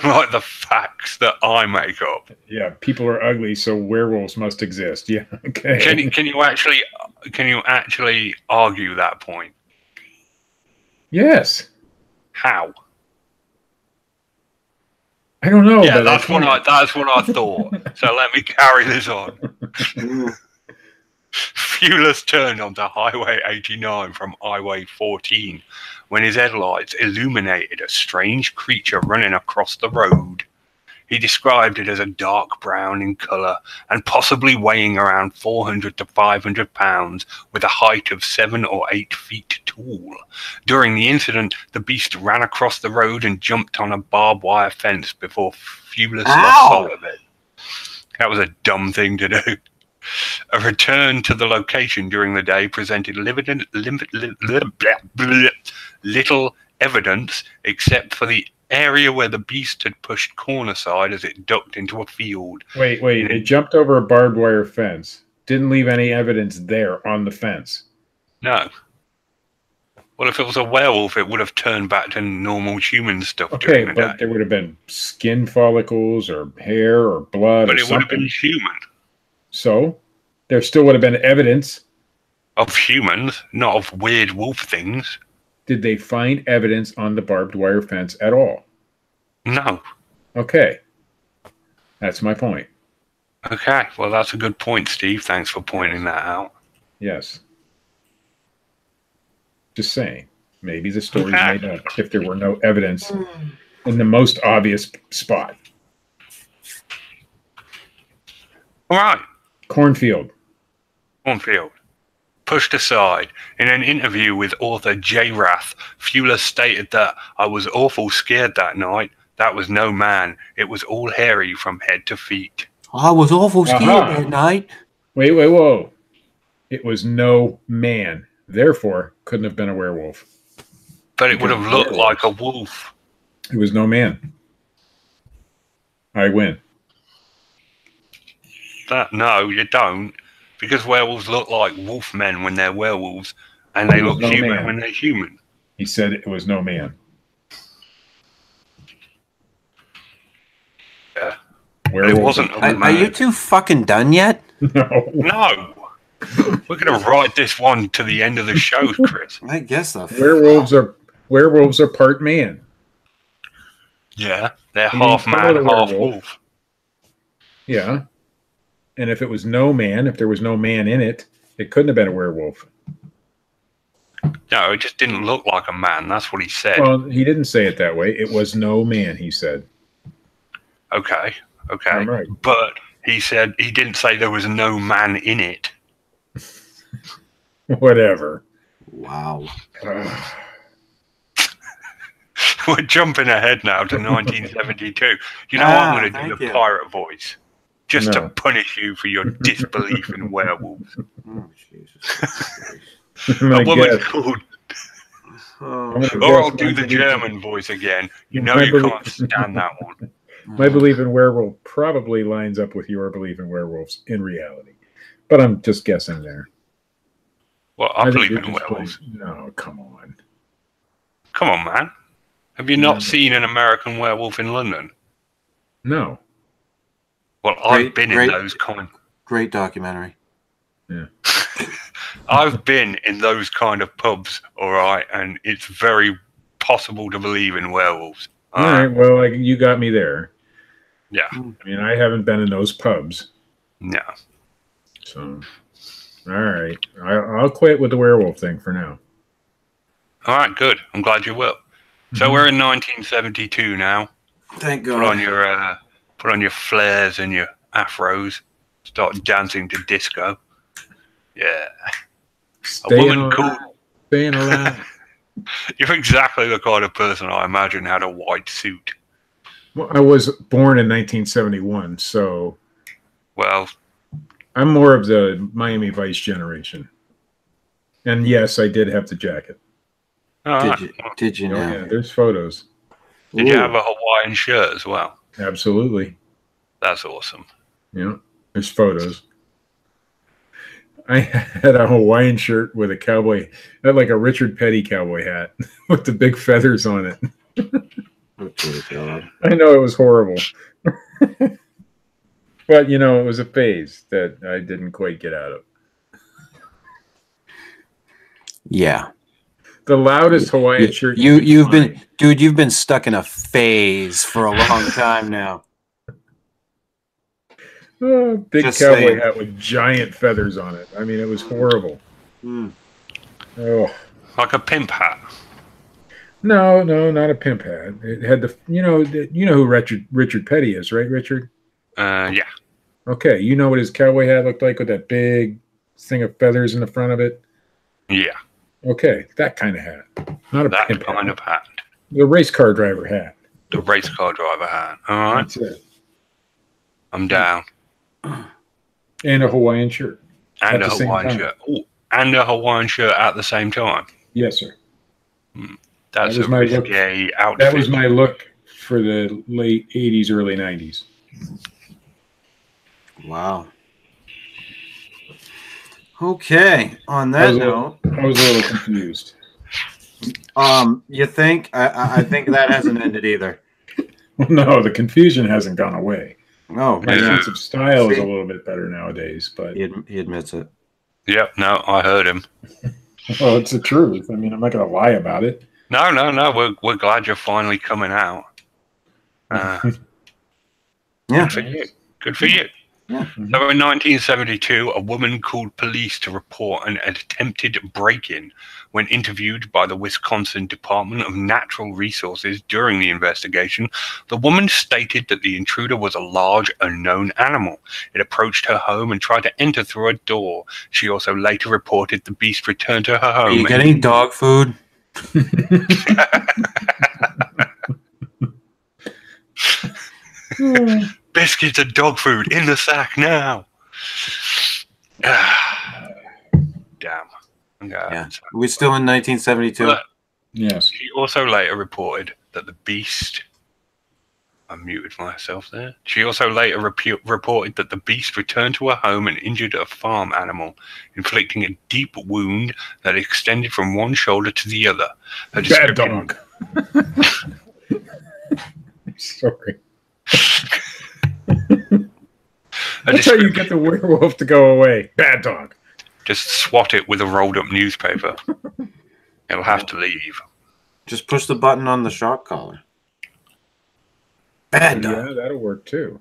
Speaker 3: like the facts that I make up,
Speaker 2: Yeah, people are ugly, so werewolves must exist. [laughs] Yeah. Okay.
Speaker 3: can you, can you actually can you actually argue that point?
Speaker 2: yes.
Speaker 3: How?
Speaker 2: I don't know.
Speaker 3: yeah,
Speaker 2: but
Speaker 3: that's
Speaker 2: I
Speaker 3: what I
Speaker 2: can't-
Speaker 3: that's what I thought. so let me carry this on.
Speaker 1: Mm.
Speaker 3: Fuelers turned onto Highway 89 from Highway 14 when his headlights illuminated a strange creature running across the road. He described it as a dark brown in colour and possibly weighing around 400 to 500 pounds with a height of 7 or 8 feet tall. During the incident, the beast ran across the road and jumped on a barbed wire fence before Fuelers
Speaker 1: Ow!
Speaker 3: lost sight of it. That was a dumb thing to do. A return to the location during the day presented limited, limit, li- li- blah, blah, little evidence except for the area where the beast had pushed corner side as it ducked into a field.
Speaker 2: Wait, wait. It jumped over a barbed wire fence. Didn't leave any evidence there on the fence.
Speaker 3: No. Well, if it was a werewolf, it would have turned back to normal human stuff
Speaker 2: Okay,
Speaker 3: during the
Speaker 2: but
Speaker 3: day.
Speaker 2: there would have been skin follicles or hair or blood
Speaker 3: But
Speaker 2: or
Speaker 3: it would have
Speaker 2: something.
Speaker 3: been human.
Speaker 2: So there still would have been evidence.
Speaker 3: Of humans, not of weird wolf things.
Speaker 2: Did they find evidence on the barbed wire fence at all?
Speaker 3: No.
Speaker 2: Okay. That's my point.
Speaker 3: Okay. Well, that's a good point, Steve. Thanks for pointing that out.
Speaker 2: Yes. Just saying. Maybe the story's
Speaker 3: Okay.
Speaker 2: made up if there were no evidence in the most obvious spot.
Speaker 3: All right.
Speaker 2: Cornfield.
Speaker 3: Cornfield. Pushed aside. In an interview with author J. Rath, Fuller stated that I was awful scared that night. That was no man. It was all hairy from head to feet.
Speaker 1: I was awful scared
Speaker 2: Uh-huh.
Speaker 1: that night.
Speaker 2: Wait, wait, whoa. It was no man. Therefore, couldn't have been a werewolf.
Speaker 3: But it would have looked like a wolf.
Speaker 2: It was no man. I win.
Speaker 3: That no, you don't. Because werewolves look like wolf men when they're werewolves, and they look
Speaker 2: No
Speaker 3: human
Speaker 2: man.
Speaker 3: when they're human.
Speaker 2: He said it was no man.
Speaker 3: Yeah.
Speaker 2: Werewolf.
Speaker 3: It wasn't a
Speaker 2: Oh,
Speaker 1: Are, are
Speaker 3: man.
Speaker 1: you two fucking done yet?
Speaker 2: [laughs] No.
Speaker 3: No. We're gonna write this one to the end of the show,
Speaker 1: [laughs]
Speaker 3: Chris.
Speaker 1: I guess the
Speaker 2: Werewolves are werewolves are part man.
Speaker 3: Yeah. They're
Speaker 2: You mean
Speaker 3: half
Speaker 2: part
Speaker 3: man,
Speaker 2: of the
Speaker 3: half
Speaker 2: werewolf.
Speaker 3: wolf.
Speaker 2: Yeah. And if it was no man, if there was no man in it, it couldn't have been a werewolf.
Speaker 3: No, it just didn't look like a man. That's what he said.
Speaker 2: Well, he didn't say it that way. It was no man, he said.
Speaker 3: okay, okay.
Speaker 2: I'm right. [laughs]
Speaker 3: But he said he didn't say there was no man in it. [laughs]
Speaker 2: Whatever.
Speaker 1: Wow.
Speaker 2: Ugh.
Speaker 3: We're jumping ahead now to 1972. You know,
Speaker 1: Ah,
Speaker 3: I'm going to do
Speaker 1: thank
Speaker 3: the
Speaker 1: you.
Speaker 3: pirate voice just
Speaker 2: No.
Speaker 3: to punish you for your disbelief
Speaker 2: [laughs]
Speaker 3: in werewolves.
Speaker 1: Oh, Jesus.
Speaker 2: [laughs] I'm
Speaker 3: A
Speaker 2: gonna
Speaker 3: woman
Speaker 2: guess-
Speaker 3: called,
Speaker 1: Oh,
Speaker 2: I'm gonna
Speaker 3: or
Speaker 2: guess
Speaker 3: I'll do the
Speaker 2: 1972.
Speaker 3: German voice again. You know,
Speaker 2: I
Speaker 3: you
Speaker 2: believe-
Speaker 3: can't stand that one.
Speaker 2: [laughs] My belief in werewolf probably lines up with your belief in werewolves in reality. But I'm just guessing there.
Speaker 3: Well, I,
Speaker 2: think
Speaker 3: believe
Speaker 2: you're
Speaker 3: in
Speaker 2: just
Speaker 3: werewolves.
Speaker 2: playing- No, come on.
Speaker 3: Come on, man. Have you not
Speaker 2: No.
Speaker 3: seen an American werewolf in London?
Speaker 2: No.
Speaker 3: Well, I've
Speaker 1: Great-
Speaker 3: been in
Speaker 1: great-
Speaker 3: those kind.
Speaker 1: Great documentary.
Speaker 3: I've been in those kind of pubs, all right, and it's very possible to believe in werewolves.
Speaker 2: All right. Well, like, you got me there.
Speaker 3: Uh, Yeah.
Speaker 2: I mean, I haven't been in those pubs,
Speaker 3: No.
Speaker 2: so. All right, I, I'll quit with the werewolf thing for now.
Speaker 3: All right, good. I'm glad you will. So
Speaker 2: Mm-hmm.
Speaker 3: we're in 1972 now.
Speaker 1: Thank
Speaker 3: Put on
Speaker 1: God.
Speaker 3: your uh, put on your flares and your afros. Start dancing to disco. Yeah, a
Speaker 2: Mm-hmm. staying,
Speaker 3: woman
Speaker 2: alive,
Speaker 3: called.
Speaker 2: staying alive.
Speaker 3: You're exactly the kind of person I imagine had a white suit.
Speaker 2: well, I was born in 1971, so
Speaker 3: Well,
Speaker 2: I'm more of the Miami Vice generation. And yes, I did have the jacket.
Speaker 3: all right.
Speaker 1: Did
Speaker 3: did,
Speaker 1: you? Did you
Speaker 2: Oh, yeah,
Speaker 1: know?
Speaker 2: there's photos.
Speaker 3: you, have a Hawaiian shirt as well?
Speaker 2: Absolutely.
Speaker 3: That's awesome.
Speaker 2: Yeah, there's photos. I [laughs] had a Hawaiian shirt with a cowboy, I had like a Richard Petty cowboy hat [laughs] with the big feathers on it.
Speaker 1: Ooh. Okay, God.
Speaker 2: I know it was horrible. [laughs] but, you know, it was a phase that I didn't quite get out of.
Speaker 1: Yeah.
Speaker 2: The loudest Hawaiian
Speaker 1: You-
Speaker 2: shirt.
Speaker 1: you
Speaker 2: could
Speaker 1: you've been
Speaker 2: find.
Speaker 1: dude, you've been stuck in a phase for a [laughs] long time now.
Speaker 2: Oh, big
Speaker 1: Just
Speaker 2: cowboy
Speaker 1: saying.
Speaker 2: hat with giant feathers on it. I mean, it was horrible.
Speaker 1: Mm.
Speaker 2: Oh
Speaker 3: Like a pimp hat.
Speaker 2: no, no, not a pimp hat. It had the you know the- you know who Richard Richard Petty is, right? Richard.
Speaker 3: Uh, yeah.
Speaker 2: Okay, you know what his cowboy hat looked like with that big thing of feathers in the front of it.
Speaker 3: Yeah,
Speaker 2: Okay, that kind of hat, not a
Speaker 3: that
Speaker 2: pimp
Speaker 3: kind
Speaker 2: hat.
Speaker 3: of hat.
Speaker 2: the race car driver hat.
Speaker 3: The race car driver hat. All right,
Speaker 2: That's it.
Speaker 3: I'm down.
Speaker 2: And a Hawaiian shirt. At
Speaker 3: And a
Speaker 2: the same
Speaker 3: Hawaiian
Speaker 2: time.
Speaker 3: shirt. Ooh, and a Hawaiian shirt at the same time.
Speaker 2: Yes, sir.
Speaker 3: That's
Speaker 2: That was
Speaker 3: a
Speaker 2: my look.
Speaker 3: risque outfit.
Speaker 2: That was my look for the late '80s, early '90s.
Speaker 1: Wow. Okay. On
Speaker 2: I
Speaker 1: that
Speaker 2: was a
Speaker 1: note,
Speaker 2: little- I was a little confused. [laughs]
Speaker 1: um, you think I- I, I think that hasn't ended either.
Speaker 2: Well, no, the confusion hasn't gone away.
Speaker 1: No, [laughs]
Speaker 2: My
Speaker 3: Yeah.
Speaker 2: sense of style is
Speaker 1: See?
Speaker 2: a little bit better nowadays, but
Speaker 1: he, ad- he admits it.
Speaker 3: Yep, no, I heard him.
Speaker 2: [laughs] well, it's the truth. I mean, I'm not going to lie about it.
Speaker 3: No, no, no. We're, we're glad you're finally coming out. Uh,
Speaker 2: [laughs]
Speaker 1: Yeah.
Speaker 3: Good for you. Good for you.
Speaker 1: Yeah.
Speaker 3: So in 1972, a woman called police to report an attempted break in when interviewed by the Wisconsin Department of Natural Resources during the investigation. The woman stated that the intruder was a large unknown animal. It approached her home and tried to enter through a door. She also later reported the beast returned to her
Speaker 1: Are
Speaker 3: home.
Speaker 1: you getting dog food?
Speaker 3: biscuits and dog food in the sack now. [sighs] Ah, Damn. Yeah.
Speaker 1: Yeah. We're still in 1972.
Speaker 3: But
Speaker 2: yes.
Speaker 3: She also later reported that the beast. I muted myself there. She also later repu- reported that the beast returned to her home and injured a farm animal, inflicting a deep wound that extended from one shoulder to the other. Her
Speaker 2: Bad
Speaker 3: description-
Speaker 2: dog. [laughs] Sorry.
Speaker 3: her
Speaker 2: That's how you
Speaker 3: description-
Speaker 2: get the werewolf to go away. Bad dog.
Speaker 3: Just swat it with a rolled up
Speaker 2: [laughs]
Speaker 3: newspaper. It'll have to leave.
Speaker 1: Just push the button on the shock collar. Bad dog.
Speaker 2: Yeah, that'll work too.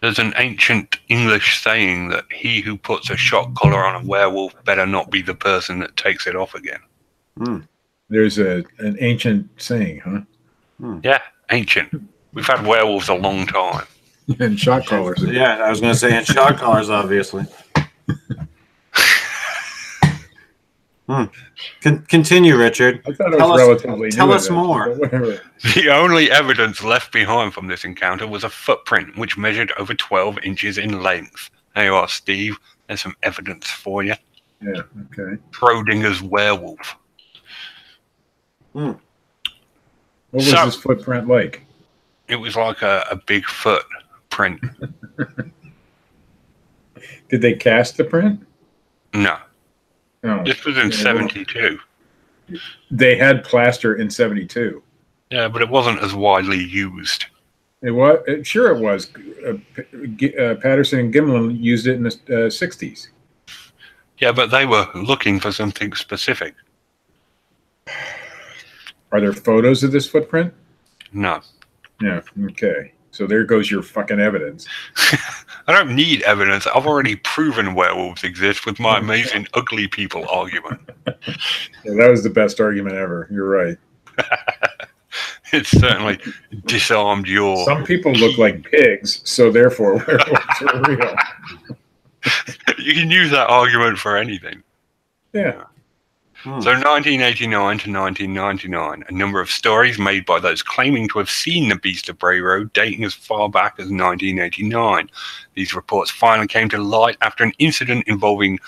Speaker 3: There's an ancient English saying that he who puts a shock collar on a werewolf better not be the person that takes it off again.
Speaker 2: There's a an ancient saying, huh? [laughs]
Speaker 3: Yeah, ancient. We've had werewolves a long time.
Speaker 2: And shot callers.
Speaker 1: Yeah, I was going to say, and shock collars, obviously. Hmm. Con- continue, Richard.
Speaker 2: I thought it
Speaker 1: Tell
Speaker 2: was
Speaker 1: us-
Speaker 2: relatively
Speaker 1: tell
Speaker 2: new
Speaker 1: us
Speaker 2: event,
Speaker 1: more.
Speaker 2: but whatever.
Speaker 3: The only evidence left behind from this encounter was a footprint which measured over 12 inches in length. There you are, Steve. There's some evidence for you.
Speaker 2: Yeah. Okay.
Speaker 3: Schrodinger's werewolf.
Speaker 2: What was
Speaker 3: So-
Speaker 2: this footprint like?
Speaker 3: It was like a, a big footprint.
Speaker 2: Did they cast the print?
Speaker 3: No,
Speaker 2: No.
Speaker 3: this was in 72.
Speaker 2: They had plaster in '72.
Speaker 3: Yeah, but it wasn't as widely used.
Speaker 2: It was it, sure it was. Uh, P- G- uh, Patterson and Gimlin used it in the uh, '60s.
Speaker 3: Yeah, but they were looking for something specific.
Speaker 2: Are there photos of this footprint?
Speaker 3: No,
Speaker 2: Yeah. Okay. So there goes your fucking evidence.
Speaker 3: I don't need evidence. I've already proven werewolves exist with my amazing ugly people argument.
Speaker 2: Yeah, that was the best argument ever. You're right.
Speaker 3: [laughs] It certainly disarmed your.
Speaker 2: Some people look like pigs, so therefore [laughs] werewolves are real.
Speaker 3: [laughs] You can use that argument for anything.
Speaker 2: Yeah.
Speaker 1: Hmm.
Speaker 3: So, 1989 to 1999, a number of stories made by those claiming to have seen the Beast of Bray Road dating as far back as 1989. These reports finally came to light after an incident involving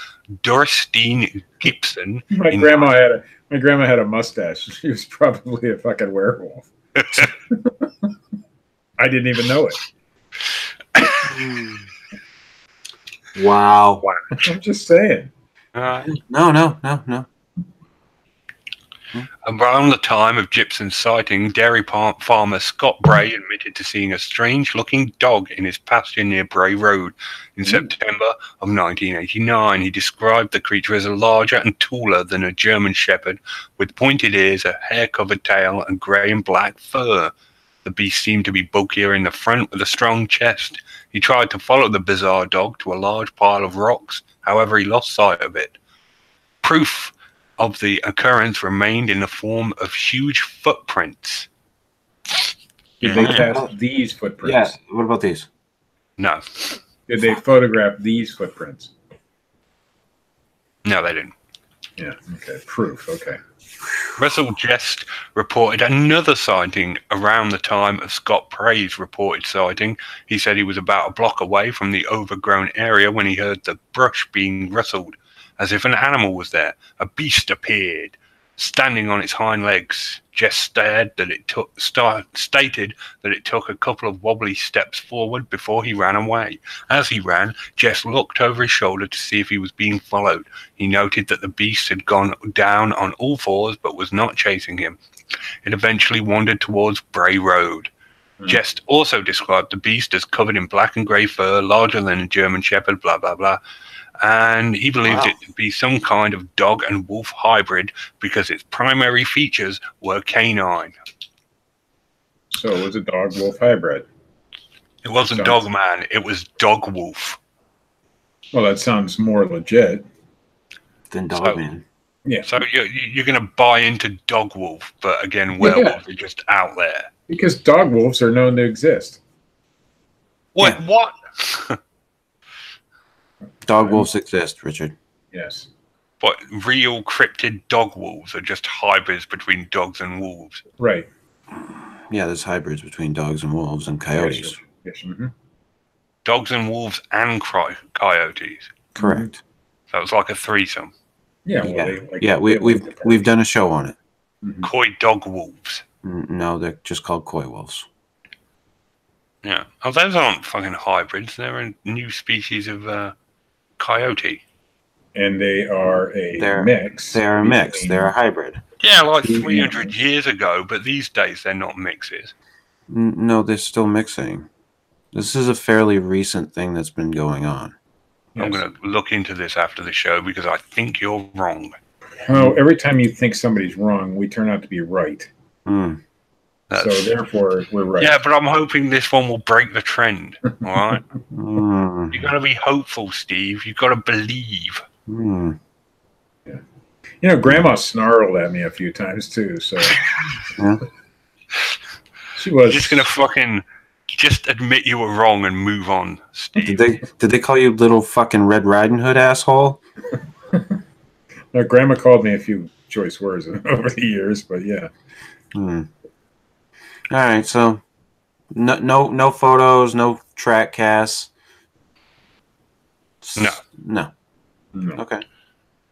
Speaker 3: Doristine Gibson.
Speaker 2: My
Speaker 3: in-
Speaker 2: grandma had a my grandma had a mustache. [laughs] She was probably a fucking werewolf. [laughs] I didn't even know it. [laughs]
Speaker 1: Wow.
Speaker 2: I'm just saying.
Speaker 3: Uh,
Speaker 1: No, no, no, no.
Speaker 3: Around the time of Gibson's sighting, dairy par- farmer Scott Bray admitted to seeing a strange looking dog in his pasture near Bray Road in September of 1989. He described the creature as larger and taller than a German Shepherd with pointed ears, a hair covered tail, and grey and black fur. The beast seemed to be bulkier in the front with a strong chest. He tried to follow the bizarre dog to a large pile of rocks, however, he lost sight of it. Proof of the occurrence remained in the form of huge footprints.
Speaker 2: Did they
Speaker 3: Mhm.
Speaker 2: test these
Speaker 1: Yeah.
Speaker 2: footprints?
Speaker 1: What about these?
Speaker 3: No,
Speaker 2: Did they photograph these footprints?
Speaker 3: no, they didn't.
Speaker 2: Yeah. Okay. Proof. Okay.
Speaker 3: Russell Jest reported another sighting around the time of Scott Prey's reported sighting. He said he was about a block away from the overgrown area when he heard the brush being rustled, as if an animal was there. A beast appeared, standing on its hind legs. Jest stared that it took, sta stated that it took a couple of wobbly steps forward before he ran away. As he ran, Jess looked over his shoulder to see if he was being followed. He noted that the beast had gone down on all fours but was not chasing him. It eventually wandered towards Bray Road.
Speaker 2: Hmm.
Speaker 3: Jess also described the beast as covered in black and grey fur, larger than a German Shepherd, blah, blah, blah. And he believed
Speaker 1: Wow.
Speaker 3: it to be some kind of dog and wolf hybrid because its primary features were canine.
Speaker 2: So it was a dog wolf hybrid.
Speaker 3: It wasn't
Speaker 2: Sounds-
Speaker 3: dog man, it was dog wolf.
Speaker 2: Well, that sounds more legit.
Speaker 1: Then
Speaker 3: So-
Speaker 1: Dogman.
Speaker 2: Yeah.
Speaker 3: So you're, you're going to buy into dog wolf, but again, werewolves are just out there.
Speaker 2: Because dog wolves are known to exist.
Speaker 3: What? What?
Speaker 1: Dog wolves exist, Richard.
Speaker 2: Yes.
Speaker 3: But real cryptid dog wolves are just hybrids between dogs and wolves.
Speaker 2: Right.
Speaker 1: Yeah, there's hybrids between dogs and wolves and coyotes.
Speaker 2: Yes. hmm
Speaker 3: Dogs and wolves and cry- coyotes.
Speaker 1: Correct.
Speaker 3: So it's like a threesome.
Speaker 1: Yeah.
Speaker 2: Yeah. Well, they, like,
Speaker 1: Yeah, we,
Speaker 2: they
Speaker 1: we've
Speaker 2: like the
Speaker 1: we've done a show on it.
Speaker 2: Mhm.
Speaker 3: Coy dog wolves.
Speaker 1: N- No, they're just called coy wolves.
Speaker 3: Yeah. Oh, those aren't fucking hybrids. They're a new species of uh, coyote.
Speaker 2: And they are a
Speaker 1: They're-
Speaker 2: mix.
Speaker 1: They're a mix.
Speaker 2: between-
Speaker 1: They're a hybrid.
Speaker 3: Yeah, like
Speaker 2: Yeah.
Speaker 3: 300 years ago, but these days they're not mixes.
Speaker 1: N- No, they're still mixing. This is a fairly recent thing that's been going on.
Speaker 3: I'm
Speaker 2: Yes.
Speaker 3: going to look into this after the show because I think you're wrong.
Speaker 2: How every time you think somebody's wrong, we turn out to be right.
Speaker 1: Mm.
Speaker 2: So
Speaker 3: That's-
Speaker 2: therefore, we're right.
Speaker 3: Yeah, but I'm hoping this one will break the
Speaker 2: [laughs]
Speaker 3: trend. All right.
Speaker 1: Mm.
Speaker 3: you got to be hopeful, Steve. you got to believe.
Speaker 1: Mm.
Speaker 2: You know, Grandma snarled at me a few times too. So
Speaker 1: Yeah.
Speaker 2: she
Speaker 3: You're
Speaker 2: was
Speaker 3: just
Speaker 2: [laughs]
Speaker 3: going to fucking just admit you were wrong and move on,
Speaker 1: Did
Speaker 3: Steve.
Speaker 1: they did they call you little fucking Red Riding Hood asshole?
Speaker 2: Now, Grandma called me a few choice words [laughs] over the years, but yeah,
Speaker 1: Hmm. All right, so no, no, no photos, no track casts. S-
Speaker 3: No.
Speaker 1: no.
Speaker 2: no.
Speaker 1: Okay.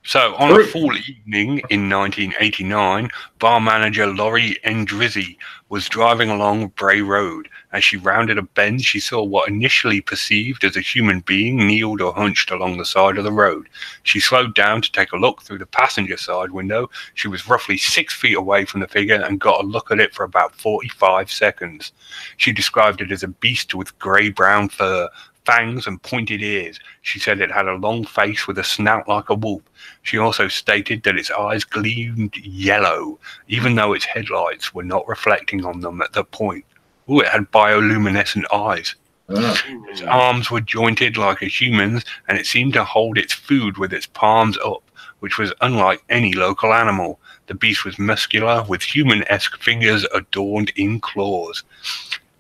Speaker 3: So, on a fall evening in 1989, bar manager Laurie Endrizzi was driving along Bray Road. As she rounded a bend, she saw what initially perceived as a human being kneeled or hunched along the side of the road. She slowed down to take a look through the passenger side window. She was roughly six feet away from the figure and got a look at it for about 45 seconds. She described it as a beast with grey brown fur, fangs and pointed ears. She said it had a long face with a snout like a wolf. She also stated that its eyes gleamed yellow, even though its headlights were not reflecting on them at that point. Ooh, it had bioluminescent eyes.
Speaker 2: Ugh.
Speaker 3: Its
Speaker 1: Hmm.
Speaker 3: arms were jointed like a human's, and it seemed to hold its food with its palms up, which was unlike any local animal. The beast was muscular, with human esque fingers adorned in claws.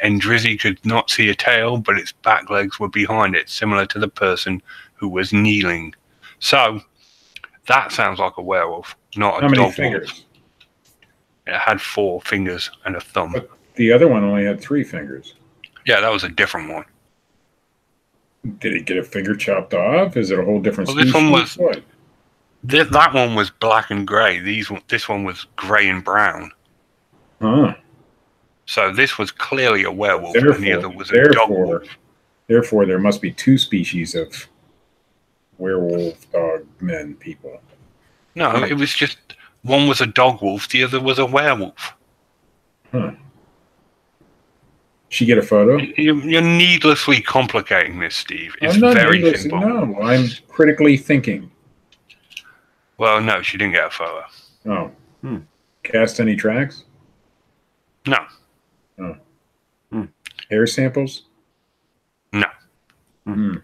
Speaker 3: Endrizzi could not see a tail, but its back legs were behind it, similar to the person who was kneeling. So, that sounds like a werewolf, not
Speaker 2: How
Speaker 3: a
Speaker 2: many
Speaker 3: dog.
Speaker 2: fingers?
Speaker 3: It had four fingers and a thumb.
Speaker 2: The other one only had three fingers.
Speaker 3: Yeah, that was a different one.
Speaker 2: Did he get a finger chopped off? Is it a whole different
Speaker 3: Well, this
Speaker 2: species?
Speaker 3: one was-
Speaker 2: What?
Speaker 3: Th- that one was black and grey. These one, this one was grey and brown.
Speaker 2: Huh.
Speaker 3: So this was clearly a werewolf, and the other
Speaker 2: Therefore,
Speaker 3: was a dog
Speaker 2: therefore,
Speaker 3: wolf.
Speaker 2: therefore, there must be two species of werewolf dog men people.
Speaker 3: No, it was just one was a dog wolf, the other was a werewolf.
Speaker 2: She get a photo.
Speaker 3: You, you're needlessly complicating this, Steve. It's
Speaker 2: I'm not
Speaker 3: very
Speaker 2: needless-
Speaker 3: simple.
Speaker 2: No, I'm critically thinking.
Speaker 3: Well, no, she didn't get a photo.
Speaker 2: Oh.
Speaker 1: Hmm.
Speaker 2: Cast any tracks?
Speaker 3: No.
Speaker 2: Oh.
Speaker 1: Hmm.
Speaker 2: Hair samples?
Speaker 3: No.
Speaker 2: Hmm.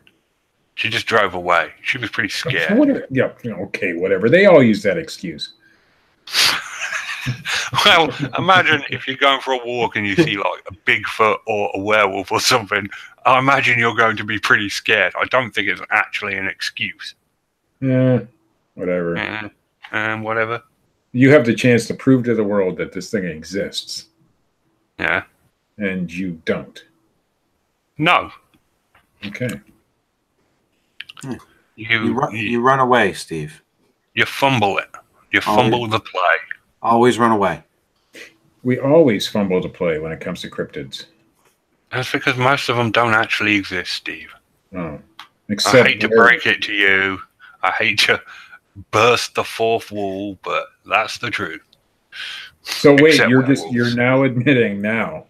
Speaker 3: She just drove away. She was pretty
Speaker 2: So
Speaker 3: scared.
Speaker 2: what- yeah. Okay. Whatever. They all use that excuse.
Speaker 3: [laughs] well, imagine if you're going for a walk and you see like a Bigfoot or a werewolf or something. I imagine you're going to be pretty scared. I don't think it's actually an excuse.
Speaker 2: Eh, whatever.
Speaker 3: And Um, whatever.
Speaker 2: You have the chance to prove to the world that this thing exists,
Speaker 3: Yeah.
Speaker 2: and you don't.
Speaker 3: No.
Speaker 2: Okay.
Speaker 3: You
Speaker 1: You
Speaker 3: you,
Speaker 1: run, you run away, Steve.
Speaker 3: you fumble it. You
Speaker 1: Oh,
Speaker 3: fumble the play.
Speaker 1: Always run away.
Speaker 2: We always fumble to play when it comes to cryptids.
Speaker 3: That's because most of them don't actually exist, Steve.
Speaker 2: Oh.
Speaker 3: I hate to break it to you. I hate to burst the fourth wall, but that's the truth.
Speaker 2: So wait,
Speaker 3: Except
Speaker 2: you're just
Speaker 3: werewolves.
Speaker 2: you're now admitting now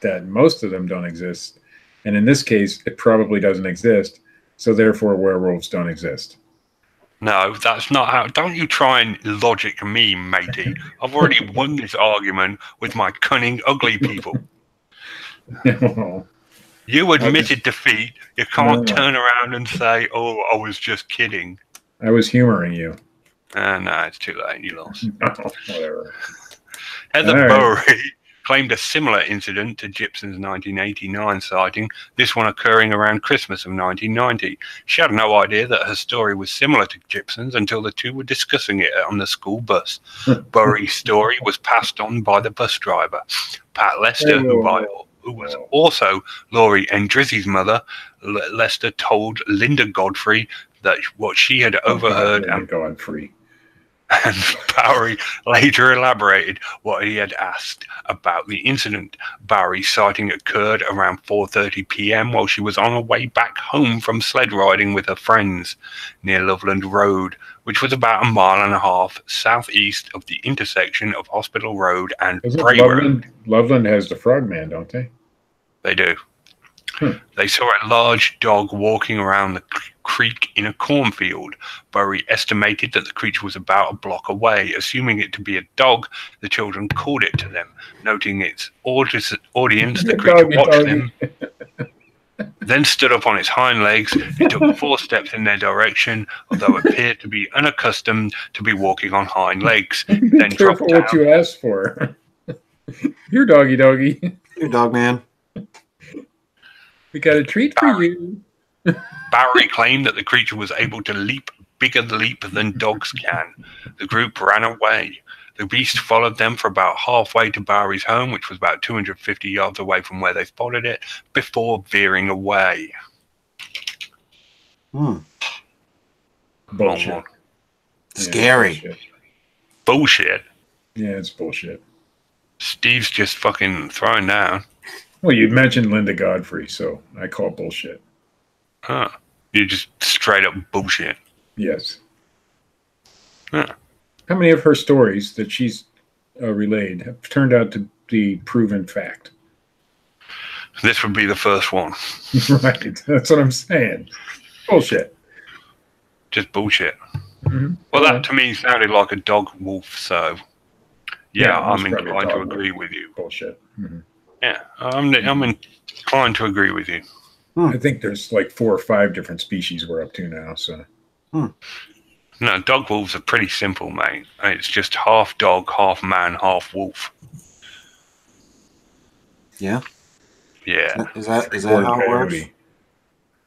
Speaker 2: that most of them don't exist, and in this case, it probably doesn't exist. So therefore, werewolves don't exist. [laughs]
Speaker 3: No, that's not how. Don't you try and logic me, matey. I've already
Speaker 2: [laughs]
Speaker 3: won this argument with my cunning, ugly people.
Speaker 2: no,
Speaker 3: You admitted defeat. You can't
Speaker 2: No.
Speaker 3: turn around and say, oh, I was just kidding.
Speaker 2: I was humoring you. [laughs]
Speaker 3: Uh, no, it's too late. You lost.
Speaker 2: No, whatever.
Speaker 3: Heather
Speaker 2: All right.
Speaker 3: Bowery [laughs] claimed a similar incident to Gibson's 1989 sighting, this one occurring around Christmas of 1990. She had no idea that her story was similar to Gibson's until the two were discussing it on the school bus.
Speaker 2: [laughs]
Speaker 3: Bowery's story was passed on by the bus driver, Pat Lester, who, by, who was also Laurie Endrizzi's mother. Le- Lester told Linda Godfrey that what she had overheard and
Speaker 2: and gone free.
Speaker 3: and [laughs] Bowery later elaborated what he had asked about the incident. Bowery's sighting occurred around 4:30 p.m. while she was on her way back home from sled riding with her friends near Loveland Road, which was about a mile and a half southeast of the intersection of Hospital Road and
Speaker 2: Isn't
Speaker 3: Bray Road.
Speaker 2: Loveland, Loveland has the frogman, don't they?
Speaker 3: They do.
Speaker 2: Hmm.
Speaker 3: They saw a large dog walking around the c- creek in a cornfield. Bury estimated that the creature was about a block away. Assuming it to be a dog, the children called it to them. Noting its audis- audience,
Speaker 2: [laughs]
Speaker 3: the creature
Speaker 2: Doggy,
Speaker 3: watched
Speaker 2: doggy.
Speaker 3: them, [laughs] then stood up on its hind legs. It
Speaker 2: [laughs]
Speaker 3: took four steps in their direction, although it appeared to be unaccustomed to be walking on hind legs.
Speaker 2: Be
Speaker 3: Then
Speaker 2: careful
Speaker 3: dropped
Speaker 2: what you ask for. [laughs] Here, doggy, doggy.
Speaker 1: Here, dog man.
Speaker 2: We got a treat for you.
Speaker 3: Barry claimed that the creature was able to leap bigger leap than dogs can. The group ran away. The beast followed them for about halfway to Barry's home, which was about 250 yards away from where they spotted it, before veering away.
Speaker 1: Hmm.
Speaker 2: Bullshit.
Speaker 3: Onward.
Speaker 1: Scary.
Speaker 2: Bullshit.
Speaker 3: Bullshit.
Speaker 2: Yeah, it's bullshit.
Speaker 3: Steve's just fucking throwing down.
Speaker 2: Well, you mentioned Linda Godfrey, so I call bullshit.
Speaker 3: Huh. You just straight up bullshit.
Speaker 2: Yes.
Speaker 3: Huh.
Speaker 2: How many of her stories that she's uh, relayed have turned out to be proven fact? [laughs]
Speaker 3: This would be the first one.
Speaker 2: right. That's what I'm saying. Bullshit.
Speaker 3: Just bullshit.
Speaker 2: Mhm.
Speaker 3: Well,
Speaker 2: Yeah.
Speaker 3: that to me sounded like a dog wolf, so yeah,
Speaker 2: Yeah,
Speaker 3: I'm
Speaker 2: it's probably
Speaker 3: inclined
Speaker 2: dog
Speaker 3: to
Speaker 2: wolf.
Speaker 3: agree with you.
Speaker 2: Bullshit. Mhm.
Speaker 3: Yeah, I'm, I'm inclined to agree with you.
Speaker 2: I think there's like four or five different species we're up to now. So
Speaker 3: No, dog wolves are pretty simple, mate. It's just half dog, half man, half wolf.
Speaker 1: Yeah.
Speaker 3: Yeah,
Speaker 1: Is that is that how it works?
Speaker 2: Coyote.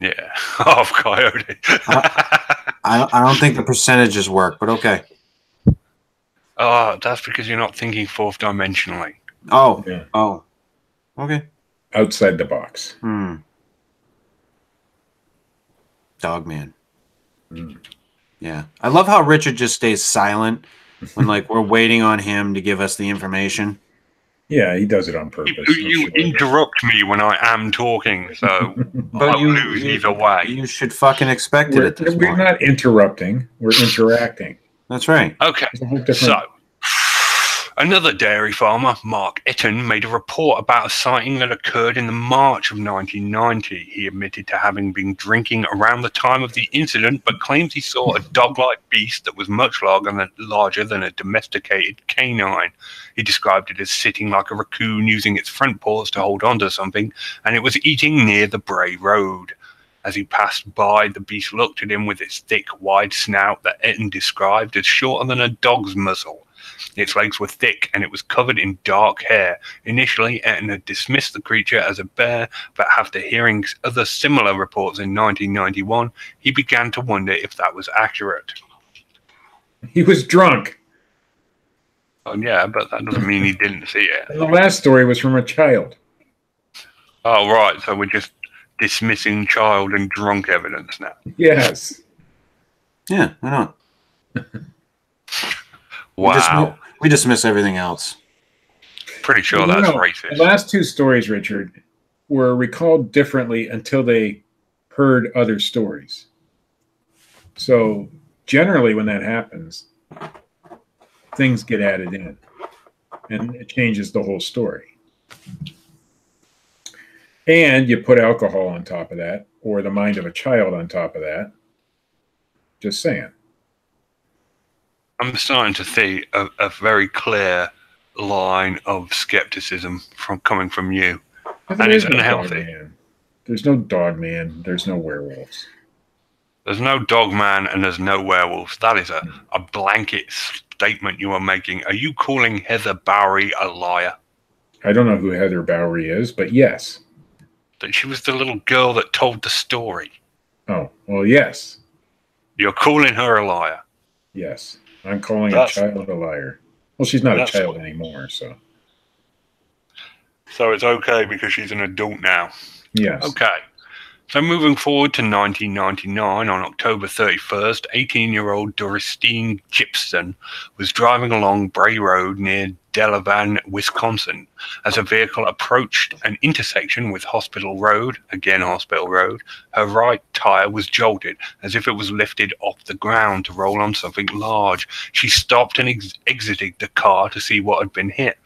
Speaker 3: yeah, [laughs] half coyote. [laughs]
Speaker 1: I, I don't think the percentages work, but okay.
Speaker 3: oh, that's because you're not thinking fourth dimensionally.
Speaker 1: Oh,
Speaker 2: Yeah.
Speaker 1: oh, okay.
Speaker 2: outside the box.
Speaker 1: Hmm. Dogman.
Speaker 2: Hmm.
Speaker 1: Yeah, I love how Richard just stays silent when like we're waiting on him to give us the information.
Speaker 2: Yeah, he does it on purpose.
Speaker 3: You, you
Speaker 2: I'm sure.
Speaker 3: interrupt me when I am talking, so
Speaker 1: [laughs] But
Speaker 3: I'll
Speaker 1: you,
Speaker 3: lose
Speaker 1: you,
Speaker 3: either way.
Speaker 1: you should fucking expect it
Speaker 2: We're,
Speaker 1: at this
Speaker 2: we're
Speaker 1: point.
Speaker 2: not interrupting. We're interacting.
Speaker 1: That's right.
Speaker 3: Okay.
Speaker 2: It's a whole different.
Speaker 3: So, another dairy farmer, Mark Etten, made a report about a sighting that occurred in the March of 1990. He admitted to having been drinking around the time of the incident, but claims he saw a dog-like beast that was much larger than, larger than a domesticated canine. He described it as sitting like a raccoon, using its front paws to hold onto something, and it was eating near the Bray Road. As he passed by, the beast looked at him with its thick, wide snout that Etten described as shorter than a dog's muzzle. Its legs were thick and it was covered in dark hair. Initially, Etten had dismissed the creature as a bear, but after hearing other similar reports in 1991, he began to wonder if that was accurate.
Speaker 2: He was drunk.
Speaker 3: Oh, yeah, but that doesn't mean he didn't see it.
Speaker 2: And the last story was from a child.
Speaker 3: Oh, right, so we're just dismissing child and drunk evidence now.
Speaker 2: Yes.
Speaker 1: Yeah, why not? We,
Speaker 3: Wow,
Speaker 1: dismiss, we dismiss everything else.
Speaker 3: pretty sure
Speaker 2: You
Speaker 3: that's
Speaker 2: know, The
Speaker 3: racist.
Speaker 2: last two stories, Richard, were recalled differently until they heard other stories. So generally, when that happens, things get added in, and it changes the whole story. And you put alcohol on top of that, or the mind of a child on top of that. Just saying.
Speaker 3: I'm starting to see a, a very clear line of skepticism from coming from you.
Speaker 2: But
Speaker 3: And
Speaker 2: there is
Speaker 3: it's
Speaker 2: no dog
Speaker 3: unhealthy.
Speaker 2: man. There's no dog man. There's no werewolves.
Speaker 3: There's no dog man and there's no werewolves. That is a, a blanket statement you are making. Are you calling Heather Bowery a liar?
Speaker 2: I don't know who Heather Bowery is, but yes.
Speaker 3: That she was the little girl that told the story.
Speaker 2: Oh, well, yes.
Speaker 3: You're calling her a liar.
Speaker 2: Yes. I'm calling
Speaker 3: That's-
Speaker 2: a child a liar. Well, she's not a
Speaker 3: That's-
Speaker 2: child anymore, so
Speaker 3: So it's okay because she's an adult now.
Speaker 2: yes.
Speaker 3: Okay. So moving forward to 1999, on October 31st, 18-year-old Doristine Gibson was driving along Bray Road near Delavan, Wisconsin, as a vehicle approached an intersection with Hospital Road, again Hospital Road. Her right tire was jolted, as if it was lifted off the ground to roll on something large. She stopped and ex- exited the car to see what had been hit.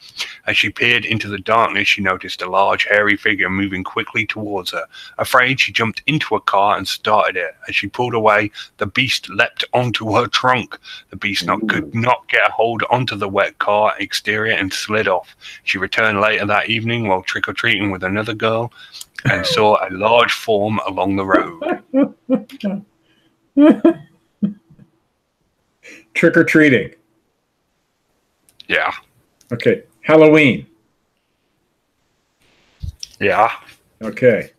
Speaker 3: As she peered into the darkness, she noticed a large, hairy figure moving quickly towards her. Afraid, she jumped into a car and started it. As she pulled away, the beast leapt onto her trunk. The beast not, could not get a hold onto the wet car exterior and slid off. She returned later that evening while trick or treating with another girl and saw a large form along the road.
Speaker 2: Trick or treating.
Speaker 3: Yeah,
Speaker 2: Okay. Halloween.
Speaker 3: yeah.
Speaker 2: Okay.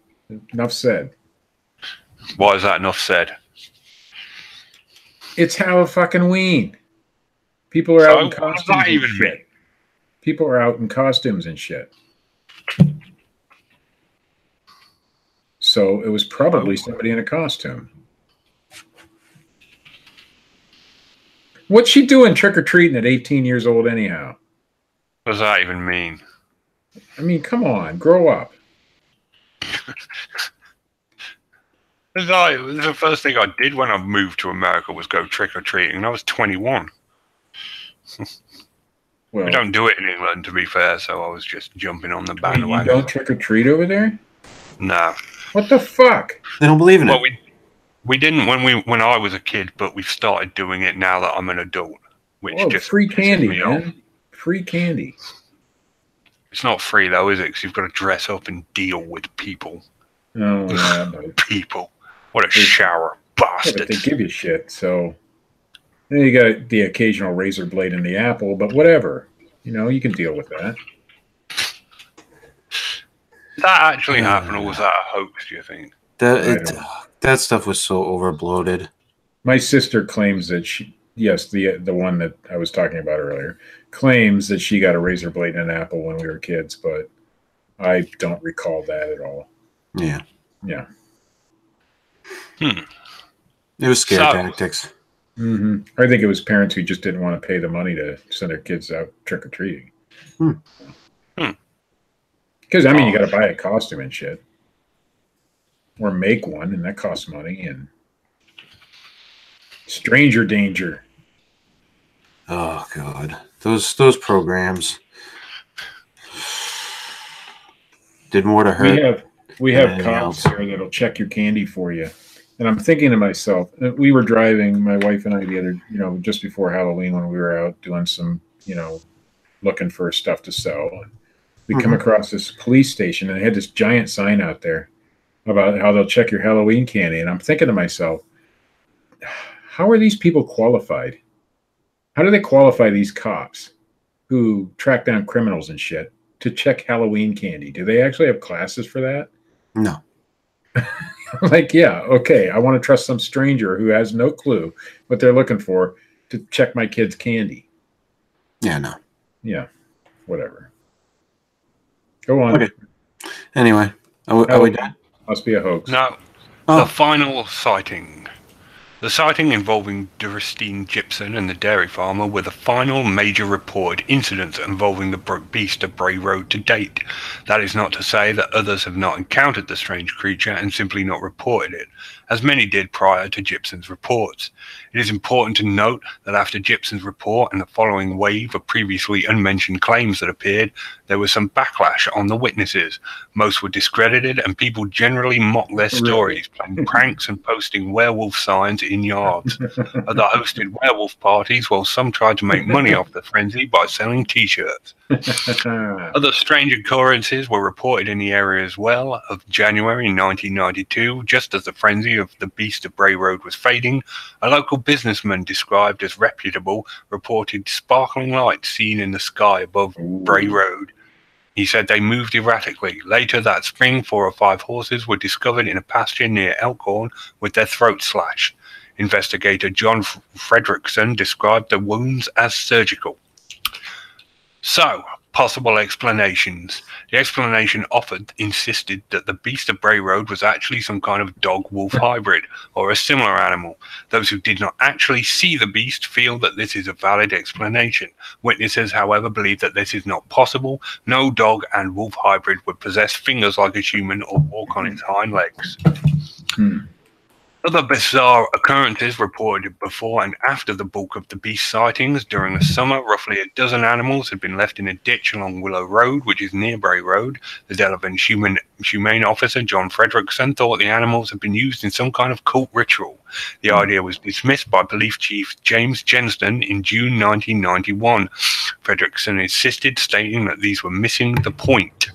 Speaker 2: Enough said.
Speaker 3: Why is that enough said?
Speaker 2: It's Halloween. People are out in
Speaker 3: So, what does
Speaker 2: costumes.
Speaker 3: that
Speaker 2: and
Speaker 3: even
Speaker 2: shit. People are out in costumes and shit. So it was probably somebody in a costume. What's she doing trick or treating at 18 years old, anyhow?
Speaker 3: What does that even mean?
Speaker 2: I mean, come on, grow up.
Speaker 3: As I, the first thing I did when I moved to America was go trick or treating, and I was 21.
Speaker 2: Well,
Speaker 3: We don't do it in England, to be fair, so I was just jumping on the
Speaker 2: Mm. you
Speaker 3: bandwagon.
Speaker 2: don't trick or treat over there? [laughs]
Speaker 3: No.
Speaker 2: What the fuck?
Speaker 1: They don't believe in
Speaker 3: Well,
Speaker 1: it.
Speaker 3: we we didn't when we when I was a kid, but we've started doing it now that I'm an adult, which
Speaker 2: Whoa,
Speaker 3: just
Speaker 2: Oh, free
Speaker 3: pisses
Speaker 2: candy,
Speaker 3: me off.
Speaker 2: man. Free candy.
Speaker 3: It's not free though, is it? Because you've got to dress up and deal with people.
Speaker 2: Oh, yeah, [laughs] but
Speaker 3: People, what a
Speaker 2: They-
Speaker 3: shower
Speaker 2: Yeah, but they
Speaker 3: bastards!
Speaker 2: give you shit. So then you got the occasional razor blade in the apple, but whatever. You know, you can deal with that.
Speaker 3: Did that actually happen, or was that a hoax? Do you think?
Speaker 1: That
Speaker 2: I
Speaker 1: it, uh, that stuff was so overbloated.
Speaker 2: My sister claims that she, yes, the the one that I was talking about earlier, claims that she got a razor blade in an apple when we were kids, but I don't recall that at all.
Speaker 1: Yeah.
Speaker 2: Yeah.
Speaker 3: Hmm.
Speaker 1: It was scare
Speaker 3: So-
Speaker 1: tactics.
Speaker 2: hmm I think it was parents who just didn't want to pay the money to send their kids out trick or treating.
Speaker 1: Hmm.
Speaker 3: Hmm.
Speaker 2: Because I mean, you
Speaker 3: Oh.
Speaker 2: got to buy a costume and shit, or make one, and that costs money. And stranger danger.
Speaker 1: Oh god. Those those programs did more to
Speaker 2: We
Speaker 1: hurt.
Speaker 2: have we have
Speaker 1: Anything
Speaker 2: cops
Speaker 1: else?
Speaker 2: here that'll check your candy for you. And I'm thinking to myself, uh, we were driving, my wife and I, the other, you know, just before Halloween when we were out doing some, you know, looking for stuff to sell. And we come
Speaker 1: Mhm.
Speaker 2: across this police station and they had this giant sign out there about how they'll check your Halloween candy. And I'm thinking to myself, how are these people qualified? How do they qualify these cops who track down criminals and shit to check Halloween candy? Do they actually have classes for that?
Speaker 1: No.
Speaker 2: [laughs] like, yeah, okay, I want to trust some stranger who has no clue what they're looking for to check my kid's candy.
Speaker 1: Yeah, no.
Speaker 2: Yeah, whatever. Go on.
Speaker 1: Okay. Anyway, are we, are we done?
Speaker 2: Must be a hoax.
Speaker 3: No.
Speaker 1: Oh.
Speaker 3: The final sighting. The sighting involving Duristine Gibson and the dairy farmer were the final major reported incidents involving the Br- beast of Bray Road to date. That is not to say that others have not encountered the strange creature and simply not reported it, as many did prior to Gibson's reports. It is important to note that after Gibson's report and the following wave of previously unmentioned claims that appeared, there was some backlash on the witnesses. Most were discredited, and people generally mocked their
Speaker 2: Really?
Speaker 3: stories, playing pranks and posting werewolf signs in yards. Other hosted werewolf parties, while some tried to make money off the frenzy by selling t shirts.
Speaker 2: [laughs]
Speaker 3: Other strange occurrences were reported in the area as well. Of January 1992, just as the frenzy of the Beast of Bray Road was fading, a local businessman described as reputable reported sparkling lights seen in the sky above Bray Road. He said they moved erratically. Later that spring, four or five horses were discovered in a pasture near Elkhorn with their throats slashed. Investigator John F- Fredrickson described the wounds as surgical. So, possible explanations. The explanation offered insisted that the beast of Bray Road was actually some kind of dog wolf hybrid or a similar animal. Those who did not actually see the beast feel that this is a valid explanation. Witnesses, however, believe that this is not possible. No dog and wolf hybrid would possess fingers like a human or walk on its hind legs.
Speaker 2: Hmm.
Speaker 3: Other bizarre occurrences reported before and after the bulk of the beast sightings during the summer, roughly a dozen animals had been left in a ditch along Willow Road, which is near Bray Road. The Delavan human, Humane Officer John Frederickson thought the animals had been used in some kind of cult ritual. The idea was dismissed by Police Chief James Jenston in June 1991. Frederickson insisted, stating that these were missing the point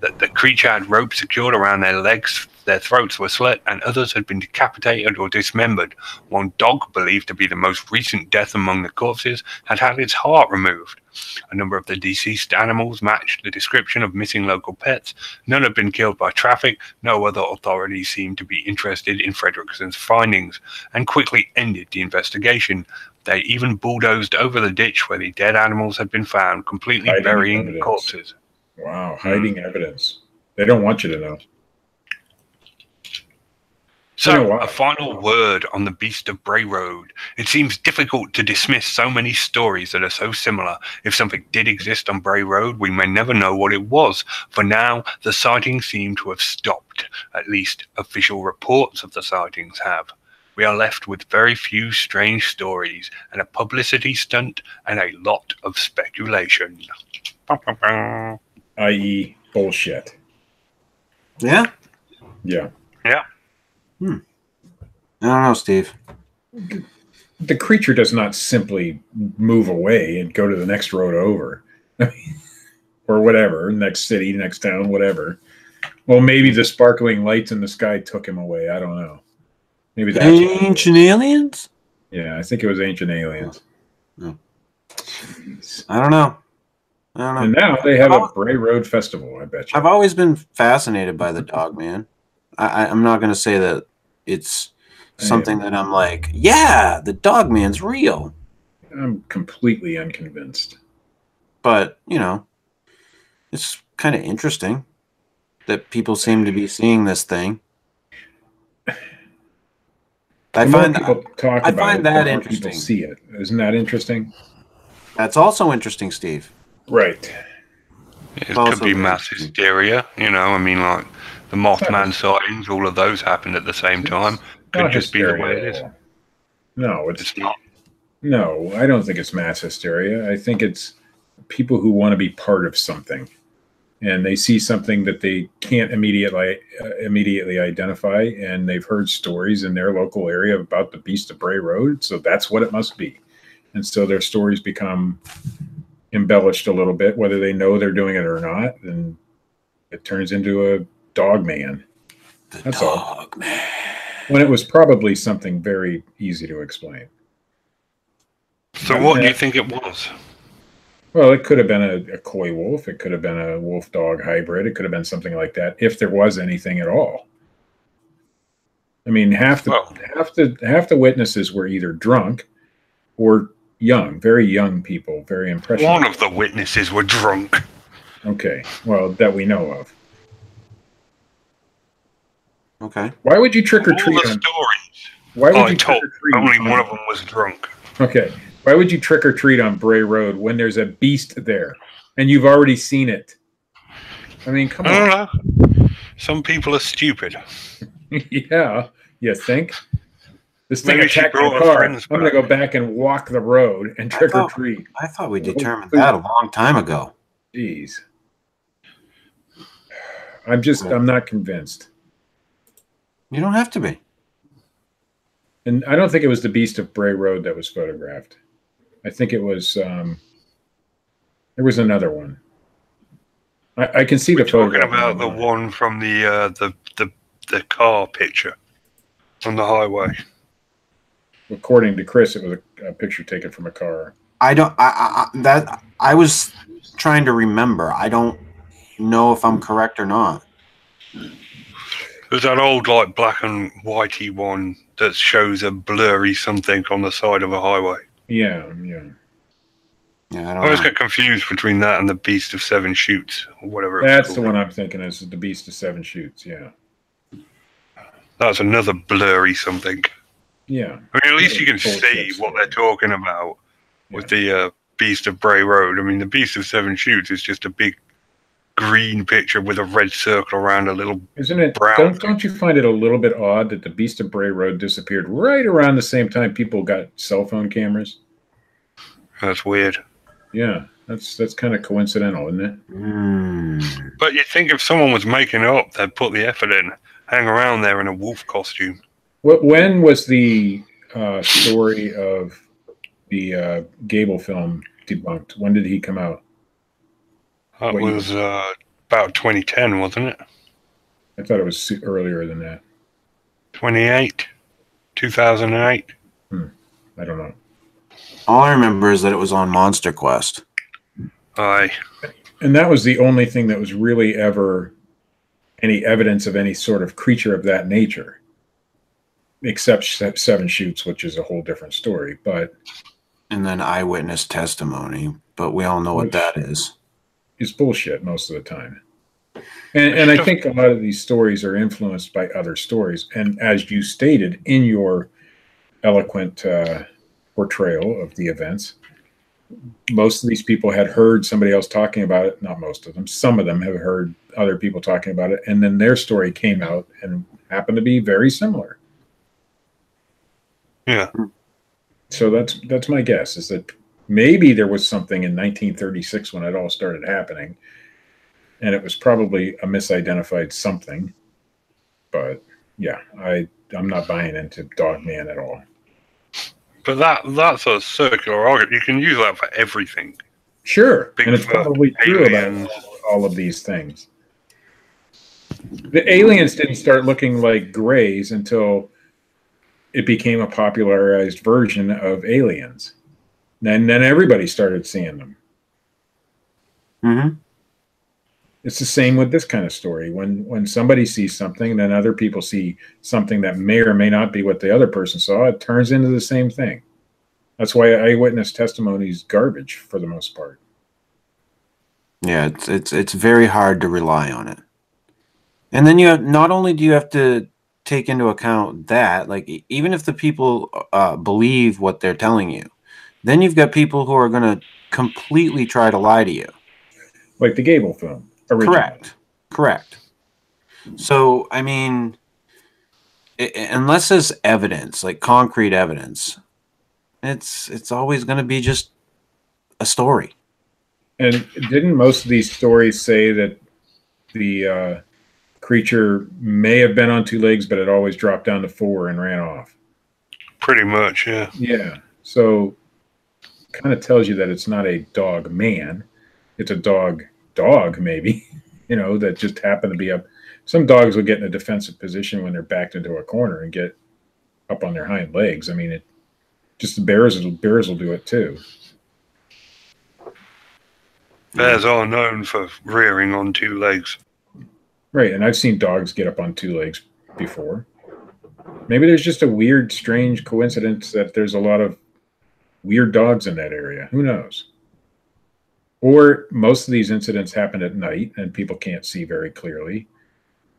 Speaker 3: that the creature had ropes secured around their legs, their throats were slit, and others had been decapitated or dismembered. One dog, believed to be the most recent death among the corpses, had had its heart removed. A number of the deceased animals matched the description of missing local pets. None had been killed by traffic. No other authorities seemed to be interested in Frederickson's findings, and quickly ended the investigation. They even bulldozed over the ditch where the dead animals had been found, completely
Speaker 2: Hiding
Speaker 3: burying the
Speaker 2: evidence.
Speaker 3: corpses.
Speaker 2: Wow, hiding evidence. They don't want you to know.
Speaker 3: So,
Speaker 2: wow.
Speaker 3: a final word on the Beast of Bray Road. It seems difficult to dismiss so many stories that are so similar. If something did exist on Bray Road, we may never know what it was. For now, the sightings seem to have stopped. At least official reports of the sightings have. We are left with very few strange stories and a publicity stunt and a lot of speculation. Bum, bum, bum.
Speaker 2: i.e., e, bullshit.
Speaker 1: Yeah.
Speaker 2: Yeah.
Speaker 1: I don't know, Steve.
Speaker 2: The creature does not simply move away and go to the next road over [laughs] or whatever, next city, next town, whatever. Well, maybe the sparkling lights in the sky took him away. I don't know. Maybe that's. what it is.
Speaker 1: Ancient aliens?
Speaker 2: Yeah, I think it was Ancient Aliens.
Speaker 1: Yeah. I don't know. I don't know.
Speaker 2: And now they have a Bray Road Festival, I bet you.
Speaker 1: I've always been fascinated by the dog man. I, I, I'm not going to say that it's
Speaker 2: I
Speaker 1: something that I'm like, yeah, the dog man's real.
Speaker 2: I'm completely unconvinced.
Speaker 1: But, you know, it's kind of interesting that people seem to be seeing this thing. I
Speaker 2: The more
Speaker 1: find
Speaker 2: people talk
Speaker 1: I
Speaker 2: about
Speaker 1: find
Speaker 2: it, the
Speaker 1: that
Speaker 2: more
Speaker 1: interesting.
Speaker 2: People see it. Isn't that interesting?
Speaker 1: that's also interesting, Steve.
Speaker 2: Right.
Speaker 3: It could
Speaker 1: Also
Speaker 3: be
Speaker 1: very
Speaker 3: mass
Speaker 1: interesting.
Speaker 3: hysteria, you know. I mean, like the Mothman sightings, all of those happened at the same time. Could
Speaker 2: Not
Speaker 3: just be the
Speaker 2: hysteria
Speaker 3: way it
Speaker 2: at
Speaker 3: is.
Speaker 2: all. No, it's
Speaker 3: It's not.
Speaker 2: no. I don't think it's mass hysteria. I think it's people who want to be part of something, and they see something that they can't immediately uh, immediately identify, and they've heard stories in their local area about the Beast of Bray Road, so that's what it must be, and so their stories become embellished a little bit, whether they know they're doing it or not, and it turns into a dog man
Speaker 1: The
Speaker 2: That's all.
Speaker 1: dog man.
Speaker 2: when it was probably something very easy to explain.
Speaker 3: So, what do you think it was?
Speaker 2: Well, it could have been a, a coy wolf. It could have been a wolf dog hybrid. It could have been something like that, if there was anything at all. I mean, half the
Speaker 3: Well-
Speaker 2: half the half the witnesses were either drunk or young, very young people, very
Speaker 3: One
Speaker 2: impressionable.
Speaker 3: of the witnesses were drunk.
Speaker 2: Okay, well, that we know of.
Speaker 1: Okay.
Speaker 2: Why would you trick or
Speaker 3: All
Speaker 2: treat on?
Speaker 3: the stories
Speaker 2: Why would
Speaker 3: I
Speaker 2: you
Speaker 3: told.
Speaker 2: trick-or-treat
Speaker 3: Only
Speaker 2: on-
Speaker 3: one of them was drunk.
Speaker 2: Okay, why would you trick or treat on Bray Road when there's a beast there and you've already seen it? I mean, come
Speaker 3: I don't
Speaker 2: on.
Speaker 3: know. Some people are stupid.
Speaker 2: [laughs] yeah, you think? This thing
Speaker 3: Maybe she
Speaker 2: attacked my
Speaker 3: brought her
Speaker 2: car. I'm
Speaker 3: friends
Speaker 2: gonna
Speaker 3: back.
Speaker 2: go back and walk the road and
Speaker 1: I
Speaker 2: trick or
Speaker 1: thought-
Speaker 2: treat.
Speaker 1: I thought we determined that a long time ago.
Speaker 2: Jeez, I'm just I'm not convinced,
Speaker 1: You don't have to be.
Speaker 2: and I don't think it was the beast of Bray Road that was photographed. I think it was um, there was another one. I, I can see the
Speaker 3: Talking
Speaker 2: photograph.
Speaker 3: about the one from the uh, the the the car picture on the highway.
Speaker 2: According to Chris, it was a, a picture taken from a car.
Speaker 1: I don't. I, I I- that I was trying to remember. I don't know if I'm correct or not.
Speaker 3: It was that old like black and whitey one that shows a blurry something on the side of a highway.
Speaker 2: Yeah, yeah.
Speaker 1: Yeah, I
Speaker 3: I
Speaker 1: don't.
Speaker 2: Ah.
Speaker 3: always
Speaker 1: know.
Speaker 3: get confused between that and the Beast of Seven Shoots or whatever. it was
Speaker 2: That's the
Speaker 3: called.
Speaker 2: one I'm thinking is the Beast of Seven Shoots. Yeah,
Speaker 3: That's another blurry something.
Speaker 2: yeah.
Speaker 3: I mean, at least you can
Speaker 2: Bullshit
Speaker 3: see what they're talking about with
Speaker 2: Yeah.
Speaker 3: the uh, Beast of Bray Road. I mean, the Beast of Seven Shoots is just a big green picture with a red circle around a little.
Speaker 2: Isn't it?
Speaker 3: Brown.
Speaker 2: Don't, don't you find it a little bit odd that the Beast of Bray Road disappeared right around the same time people got cell phone cameras?
Speaker 3: That's weird.
Speaker 2: Yeah, that's that's kind of coincidental, isn't it?
Speaker 1: Mm.
Speaker 3: But you'd think if someone was making it up, they'd put the effort in, hang around there in a wolf costume.
Speaker 2: What when was the uh, story of the uh, Gable film debunked? When did he come out?
Speaker 3: That
Speaker 2: Wait.
Speaker 3: was uh, about 2010, wasn't it?
Speaker 2: I thought it was so- earlier than that.
Speaker 3: 28, 2008.
Speaker 2: I don't know.
Speaker 1: All I remember is that it was on Monster Quest.
Speaker 3: Aye.
Speaker 2: And that was the only thing that was really ever any evidence of any sort of creature of that nature, except Se- Seven Shoots, which is a whole different story. But
Speaker 1: and then eyewitness testimony, but we all know what that is.
Speaker 2: it's bullshit most of the time. And, and I think a lot of these stories are influenced by other stories. And as you stated in your eloquent uh, portrayal of the events, most of these people had heard somebody else talking about it. Not most of them, some of them have heard other people talking about it. And then their story came out and happened to be very similar.
Speaker 3: Yeah.
Speaker 2: So that's that's my guess is that maybe there was something in 1936 when it all started happening and it was probably a misidentified something. But yeah, I I'm not buying into Dog Man at all.
Speaker 3: But that that's a circular argument. You can use that for everything.
Speaker 2: Sure,
Speaker 3: Big
Speaker 2: and it's
Speaker 3: Brother,
Speaker 2: probably true
Speaker 3: aliens.
Speaker 2: about all of these things. The aliens didn't start looking like grays until it became a popularized version of aliens. And then everybody started seeing them.
Speaker 1: Mm-hmm.
Speaker 2: it's the same with this kind of story when when somebody sees something then other people see something that may or may not be what the other person saw it turns into the same thing that's why eyewitness testimony is garbage for the most part
Speaker 1: Yeah, it's it's it's very hard to rely on it. And then you have not only do you have to take into account that, like e- even if the people uh, believe what they're telling you, then you've got people who are going to completely try to lie to you.
Speaker 2: like the gable film originally.
Speaker 1: Correct. Correct. So, I mean, i- i- unless there's evidence, like concrete evidence, it's it's always going to be just a story.
Speaker 2: and didn't most of these stories say that the uh, creature may have been on two legs but it always dropped down to four and ran off
Speaker 3: Pretty much, yeah.
Speaker 2: Yeah. So kind of tells you that it's not a dog man. It's a dog dog, maybe, [laughs] you know, that just happened to be up. Some dogs will get in a defensive position when they're backed into a corner and get up on their hind legs. I mean, it just the bears, bears will do it too.
Speaker 3: Bears are known for rearing on two legs.
Speaker 2: Right. And I've seen dogs get up on two legs before. Maybe there's just a weird, strange coincidence that there's a lot of weird dogs in that area. Who knows? Or most of these incidents happen at night and people can't see very clearly.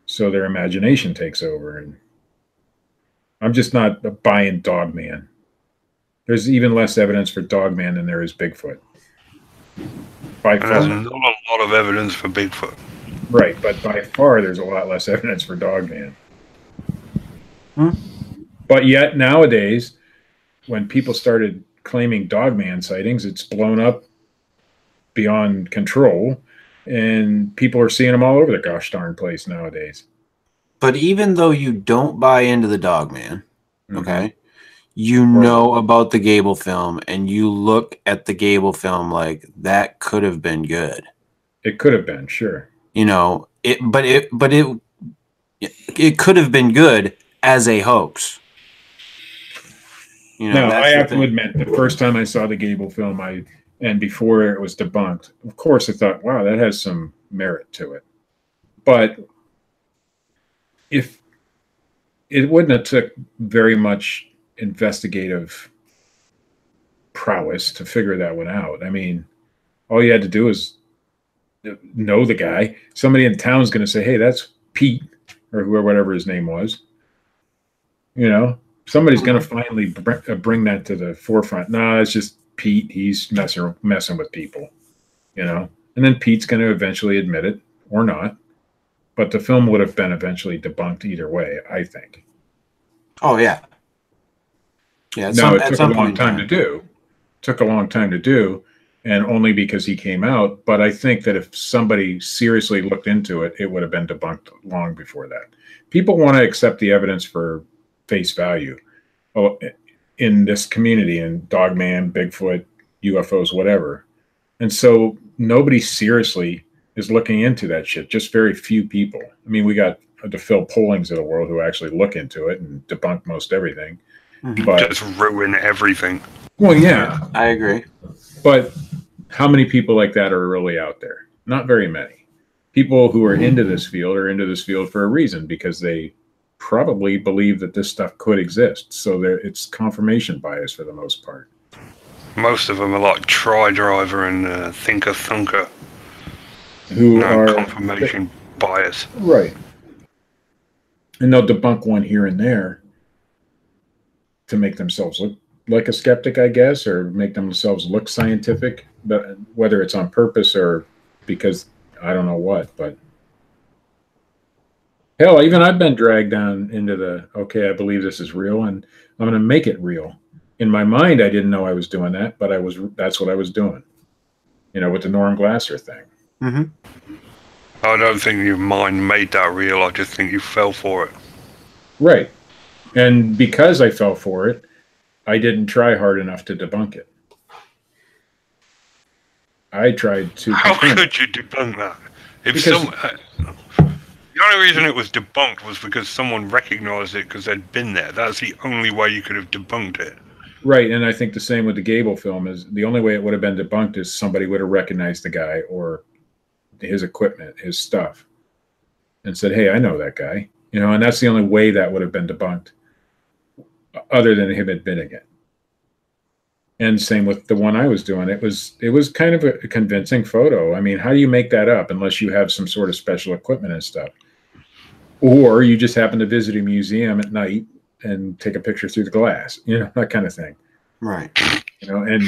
Speaker 2: So their imagination takes over. And I'm just not buying Dog Man. There's even less evidence for Dog Man than there is Bigfoot. By
Speaker 3: And there's
Speaker 2: far.
Speaker 3: not a lot of evidence for Bigfoot.
Speaker 2: Right, but by far there's a lot less [laughs] evidence for Dogman.
Speaker 1: Hmm.
Speaker 2: But yet nowadays, when people started claiming Dogman sightings, it's blown up beyond control, and people are seeing them all over the gosh darn place nowadays.
Speaker 1: But even though you don't buy into the dog man, okay, you
Speaker 2: Mm-hmm. Right.
Speaker 1: know about the Gable film and you look at the Gable film like that could have been good.
Speaker 2: It could have been, sure.
Speaker 1: You know, it but it but it it could have been good as a hoax. You
Speaker 2: no,
Speaker 1: that's
Speaker 2: I
Speaker 1: the
Speaker 2: have to
Speaker 1: thing.
Speaker 2: admit, the first time I saw the Gable film, I and before it was debunked, of course, I thought, wow, that has some merit to it. But if it wouldn't have took very much investigative prowess to figure that one out. I mean, all you had to do is know the guy. Somebody in town's going to say, "Hey, that's Pete," or whoever, whatever his name was. You know, somebody's going to finally br- uh, bring that to the forefront. No, it's just Pete. He's messing messing with people. You know, and then Pete's going to eventually admit it or not. But the film would have been eventually debunked either way. I think.
Speaker 1: Oh yeah. Yeah, at
Speaker 2: no,
Speaker 1: some,
Speaker 2: it
Speaker 1: at
Speaker 2: took a
Speaker 1: some
Speaker 2: long
Speaker 1: point in
Speaker 2: time to do. Took a long time to do, and only because he came out. But I think that if somebody seriously looked into it, it would have been debunked long before that. People want to accept the evidence for face value. Oh, in this community, in Dogman, Bigfoot, UFOs, whatever, and so nobody seriously is looking into that shit. Just very few people. I mean, we got the Phil Pollings of the world who actually look into it and debunk most everything.
Speaker 1: Mhm.
Speaker 2: But
Speaker 3: Just ruin everything.
Speaker 2: well, yeah,
Speaker 1: I agree.
Speaker 2: but how many people like that are really out there? Not very many. People who are into this field are into this field for a reason because they probably believe that this stuff could exist. So there, it's confirmation bias for the most part.
Speaker 3: Most of them are like Tri Driver and uh, Thinker Thunker.
Speaker 2: Who
Speaker 3: No
Speaker 2: are
Speaker 3: confirmation bias.
Speaker 2: Right. And they'll debunk one here and there to make themselves look like a skeptic, I guess, or make themselves look scientific, but whether it's on purpose or because I don't know what, but hell, even I've been dragged down into the okay, I believe this is real and I'm going to make it real. In my mind, I didn't know I was doing that, but I was that's what I was doing. You know, with the Norm Glasser thing.
Speaker 3: I don't think your mind made that real. I just think you fell for it.
Speaker 2: Right. And because I fell for it, I didn't try hard enough to debunk it. I
Speaker 3: [laughs]
Speaker 2: tried to.
Speaker 3: How
Speaker 2: [laughs] confirm it.
Speaker 3: could you debunk that? If
Speaker 2: Because-
Speaker 3: some, uh, the only reason it was debunked was because someone recognized it because they'd been there. That's the only way you could have debunked it.
Speaker 2: Right, and I think the same with the Gable film is the only way it would have been debunked is somebody would have recognized the guy or his equipment, his stuff, and said, "Hey, I know that guy," you know, and that's the only way that would have been debunked, other than him admitting it. And same with the one I was doing. It was it was kind of a convincing photo. I mean, how do you make that up unless you have some sort of special equipment and stuff, or you just happen to visit a museum at night and take a picture through the glass, you know, [laughs] that kind of thing
Speaker 1: Right.
Speaker 2: you know and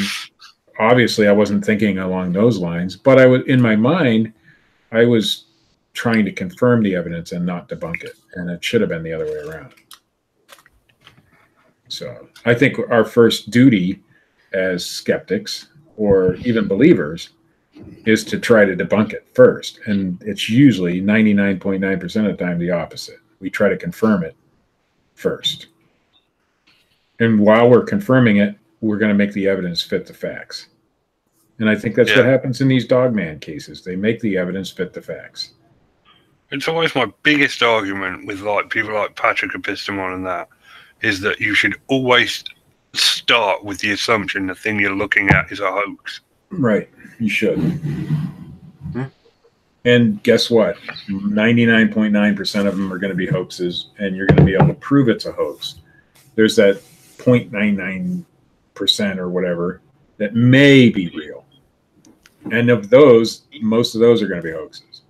Speaker 2: obviously i wasn't thinking along those lines but i was in my mind i was trying to confirm the evidence and not debunk it and it should have been the other way around so i think our first duty as skeptics or even believers is to try to debunk it first and it's usually 99.9% of the time the opposite we try to confirm it first and while we're confirming it we're going to make the evidence fit the facts. And I think that's what
Speaker 3: Yeah.
Speaker 2: happens in these dogman cases. They make the evidence fit the facts.
Speaker 3: It's always my biggest argument with like people like Patrick Epistemon and that is that you should always start with the assumption the thing you're looking at is a hoax.
Speaker 2: Right. You should.
Speaker 1: Hmm.
Speaker 2: And guess what? 99.9% of them are going to be hoaxes, and you're going to be able to prove it's a hoax. There's that 0.99% or whatever that may be real. And of those, most of those are going to be hoaxes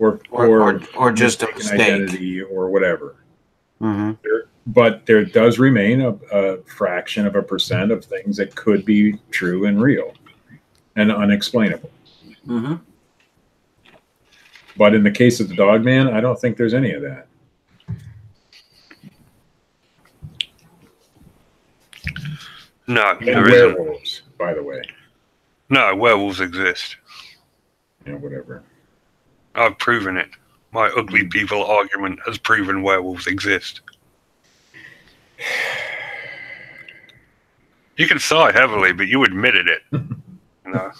Speaker 2: or,
Speaker 1: Or or, or just a
Speaker 2: mistaken
Speaker 1: mistake.
Speaker 2: identity or whatever.
Speaker 1: hmm
Speaker 2: but there does remain a, a fraction of a percent of things that could be true and real and unexplainable.
Speaker 1: hmm
Speaker 2: But in the case of the dog man, I don't think there's any of that.
Speaker 3: No,
Speaker 2: And
Speaker 3: there isn't.
Speaker 2: werewolves, by the way,
Speaker 3: No, werewolves exist.
Speaker 2: you know, whatever.
Speaker 3: I've proven it. My ugly
Speaker 2: Hmm.
Speaker 3: people argument has proven werewolves exist. [sighs] You can sigh heavily, but you admitted
Speaker 2: [laughs]
Speaker 3: it. You know?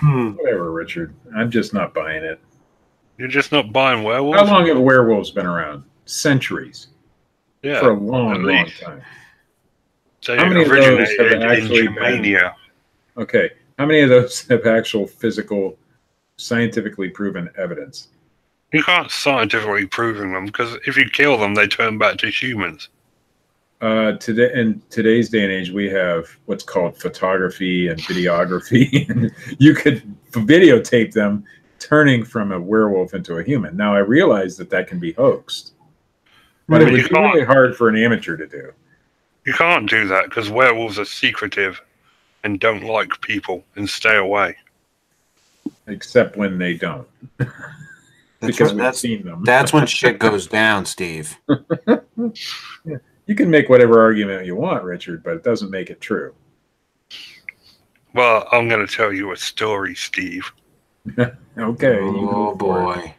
Speaker 1: Hmm.
Speaker 2: Whatever, Richard. I'm just not buying it.
Speaker 3: You're just not buying
Speaker 2: How
Speaker 3: werewolves.
Speaker 2: long have werewolves been around? Centuries.
Speaker 3: Yeah.
Speaker 2: For a long,
Speaker 3: at
Speaker 2: long
Speaker 3: least.
Speaker 2: time.
Speaker 3: They
Speaker 2: How many of those have
Speaker 3: originated
Speaker 2: actually
Speaker 3: in Germania.
Speaker 2: Okay. How many of those [laughs] have actual physical, scientifically proven evidence?
Speaker 3: You can't scientifically prove them because if you kill them, they turn back to humans.
Speaker 2: uh today in today's day and age we have what's called photography and videography [laughs] and you could videotape them turning from a werewolf into a human now i realize that that can be hoaxed but
Speaker 3: But
Speaker 2: it
Speaker 3: you
Speaker 2: would be
Speaker 3: can't.
Speaker 2: really hard for an amateur to do
Speaker 3: You can't do that because werewolves are secretive and don't like people and stay away.
Speaker 2: except when they don't
Speaker 1: That's,
Speaker 2: because
Speaker 1: right.
Speaker 2: we've
Speaker 1: that's,
Speaker 2: seen them
Speaker 1: that's when shit goes down, Steve.
Speaker 2: you can make whatever argument you want richard but it doesn't make it true
Speaker 3: Well, I'm going to tell you a story, Steve.
Speaker 2: okay you can
Speaker 1: oh
Speaker 2: move forward.
Speaker 1: boy.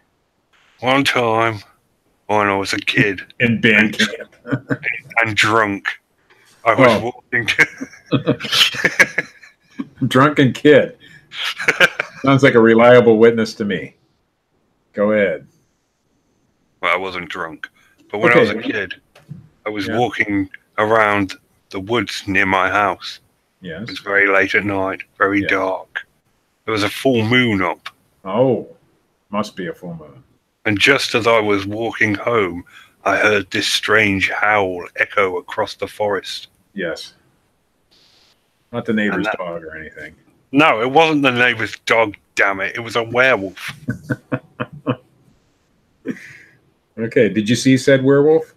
Speaker 3: One time, when I was a kid
Speaker 2: in band camp
Speaker 3: and drunk, I was
Speaker 2: Oh.
Speaker 3: walking. To,
Speaker 2: drunken kid sounds like a reliable witness to me go ahead
Speaker 3: [laughs] well, I wasn't drunk, but when
Speaker 2: Okay.
Speaker 3: I was a kid, I was
Speaker 2: Yeah.
Speaker 3: walking around the woods near my house. It
Speaker 2: yes
Speaker 3: was very late at night, very
Speaker 2: Yeah.
Speaker 3: dark. There was a full moon up,
Speaker 2: Oh, must be a full moon.
Speaker 3: and just as I was walking home, I heard this strange howl echo across the forest.
Speaker 2: Yes. Not the neighbor's
Speaker 3: And that-
Speaker 2: dog or anything.
Speaker 3: No, it wasn't the neighbor's dog damn it! It was a werewolf.
Speaker 2: Okay. Did you see said werewolf?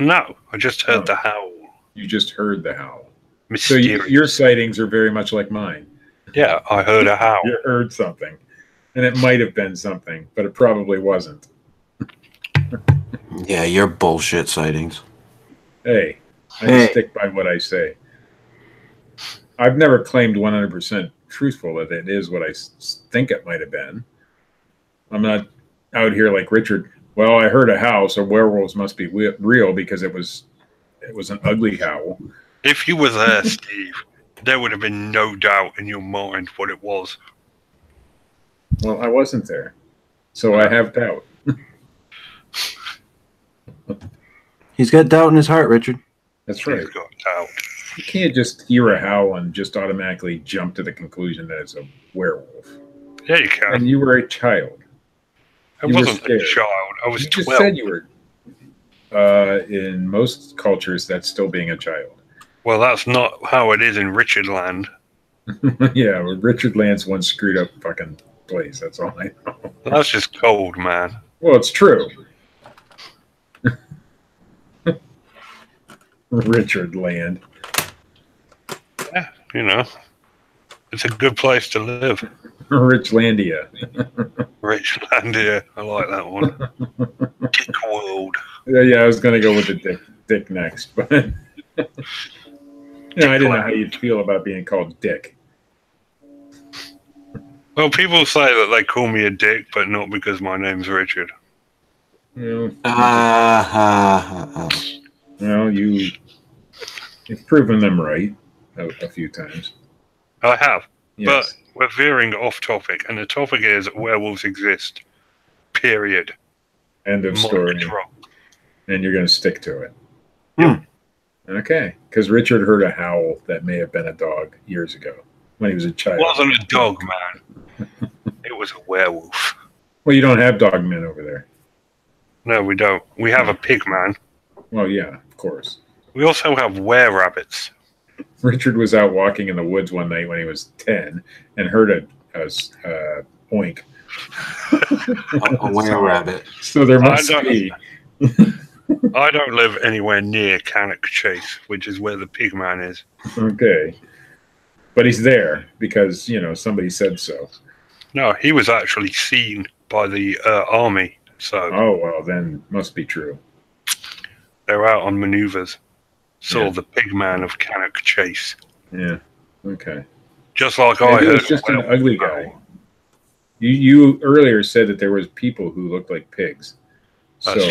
Speaker 3: No, I just heard
Speaker 2: Oh.
Speaker 3: the howl.
Speaker 2: You just heard the howl. So
Speaker 3: Mysterious.
Speaker 2: you, your sightings are very much like mine.
Speaker 3: yeah, I heard a howl.
Speaker 2: You heard something, and it might have been something, but it probably wasn't.
Speaker 1: Yeah, your bullshit sightings.
Speaker 2: Hey, I
Speaker 1: Hey.
Speaker 2: stick by what I say. I've never claimed 100% truthful that it is what I s- think it might have been. I'm not out here like Richard. Well, I heard a howl, so werewolves must be wi- real because it was it was an ugly howl.
Speaker 3: If you were there, Steve, there would have been no doubt in your mind what it was.
Speaker 2: Well, I wasn't there, so I have doubt.
Speaker 1: He's got doubt in his heart, Richard.
Speaker 2: That's right.
Speaker 3: You've got doubt.
Speaker 2: You can't just hear a howl and just automatically jump to the conclusion that it's a werewolf.
Speaker 3: Yeah, you can.
Speaker 2: And you were a child.
Speaker 3: I
Speaker 2: you were
Speaker 3: wasn't a
Speaker 2: scared.
Speaker 3: child. I was
Speaker 2: You just
Speaker 3: 12.
Speaker 2: said you were. Uh, in most cultures, that's still being a child. [laughs]
Speaker 3: Well, that's not how it is in Richard Land.
Speaker 2: yeah, well, Richard Lance once screwed up fucking place. That's all I.
Speaker 3: That's just cold, man.
Speaker 2: Well, it's true. [laughs] Richard Land. [laughs]
Speaker 3: You know, it's a good place to live.
Speaker 2: Richlandia.
Speaker 3: Richland, Landia. I like that
Speaker 2: [laughs]
Speaker 3: one. Dick World.
Speaker 2: Yeah, Uh, yeah, I was gonna go with the dick, dick next, [laughs] but you know, I didn't know how you'd feel about being called Dick.
Speaker 3: Well, people say that they call me a dick, but not because my name's Richard.
Speaker 1: [laughs]
Speaker 2: You know,
Speaker 3: Uh,
Speaker 1: Ah, ha, ha, ha.
Speaker 2: well, you, you've proven them right a, a few times.
Speaker 3: I have.
Speaker 2: Yes.
Speaker 3: But we're veering off topic, and the topic is werewolves exist. Period.
Speaker 2: End of
Speaker 3: Mic
Speaker 2: story.
Speaker 3: drop.
Speaker 2: And you're going to stick to it.
Speaker 1: Hmm.
Speaker 2: Okay. Because Richard heard a howl that may have been a dog years ago when he was a
Speaker 3: It
Speaker 2: child.
Speaker 3: wasn't a dog, man.
Speaker 2: [laughs]
Speaker 3: it was a werewolf.
Speaker 2: Well, you don't have dog men over there.
Speaker 3: No, we don't. We have a pig man.
Speaker 2: Well, yeah, of course.
Speaker 3: We also have were rabbits.
Speaker 2: Richard was out walking in the woods one night when he was 10 and heard a, a s- uh, oink.
Speaker 1: A- a
Speaker 2: [laughs]
Speaker 1: were rabbit.
Speaker 2: So there
Speaker 3: I
Speaker 2: must
Speaker 3: don't-
Speaker 2: be.
Speaker 3: I don't live anywhere near Cannock Chase, which is where the pig man is.
Speaker 2: Okay. But he's there because, you know, somebody said so.
Speaker 3: No, he was actually seen by the uh, army, so
Speaker 2: Oh, well, then must be true.
Speaker 3: they're out on maneuvers. Saw
Speaker 2: Yeah.
Speaker 3: the pig man of Cannock Chase.
Speaker 2: Yeah. Okay.
Speaker 3: Just like I
Speaker 2: Maybe
Speaker 3: heard.
Speaker 2: it was
Speaker 3: a
Speaker 2: just an
Speaker 3: werewolf
Speaker 2: ugly
Speaker 3: howl.
Speaker 2: guy. You you earlier said that there was people who looked like pigs.
Speaker 3: That's
Speaker 2: so,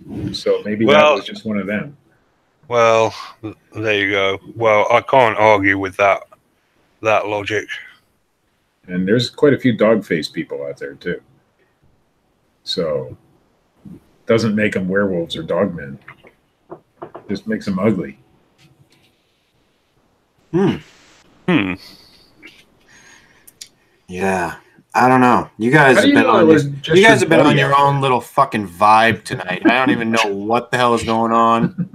Speaker 3: true.
Speaker 2: So maybe
Speaker 3: Well-
Speaker 2: that was just one of them.
Speaker 3: Well, th- there you go. Well, I can't argue with that that logic.
Speaker 2: And there's quite a few dog faced people out there too. So doesn't make them werewolves or dogmen. Just makes them ugly.
Speaker 3: Hmm.
Speaker 1: Yeah. I don't know. You guys have
Speaker 2: How do you
Speaker 1: been
Speaker 2: know it
Speaker 1: on
Speaker 2: was
Speaker 1: this.
Speaker 2: just
Speaker 1: You guys have been on
Speaker 2: buddy?
Speaker 1: your own little fucking vibe tonight. I don't even know what the hell is going on.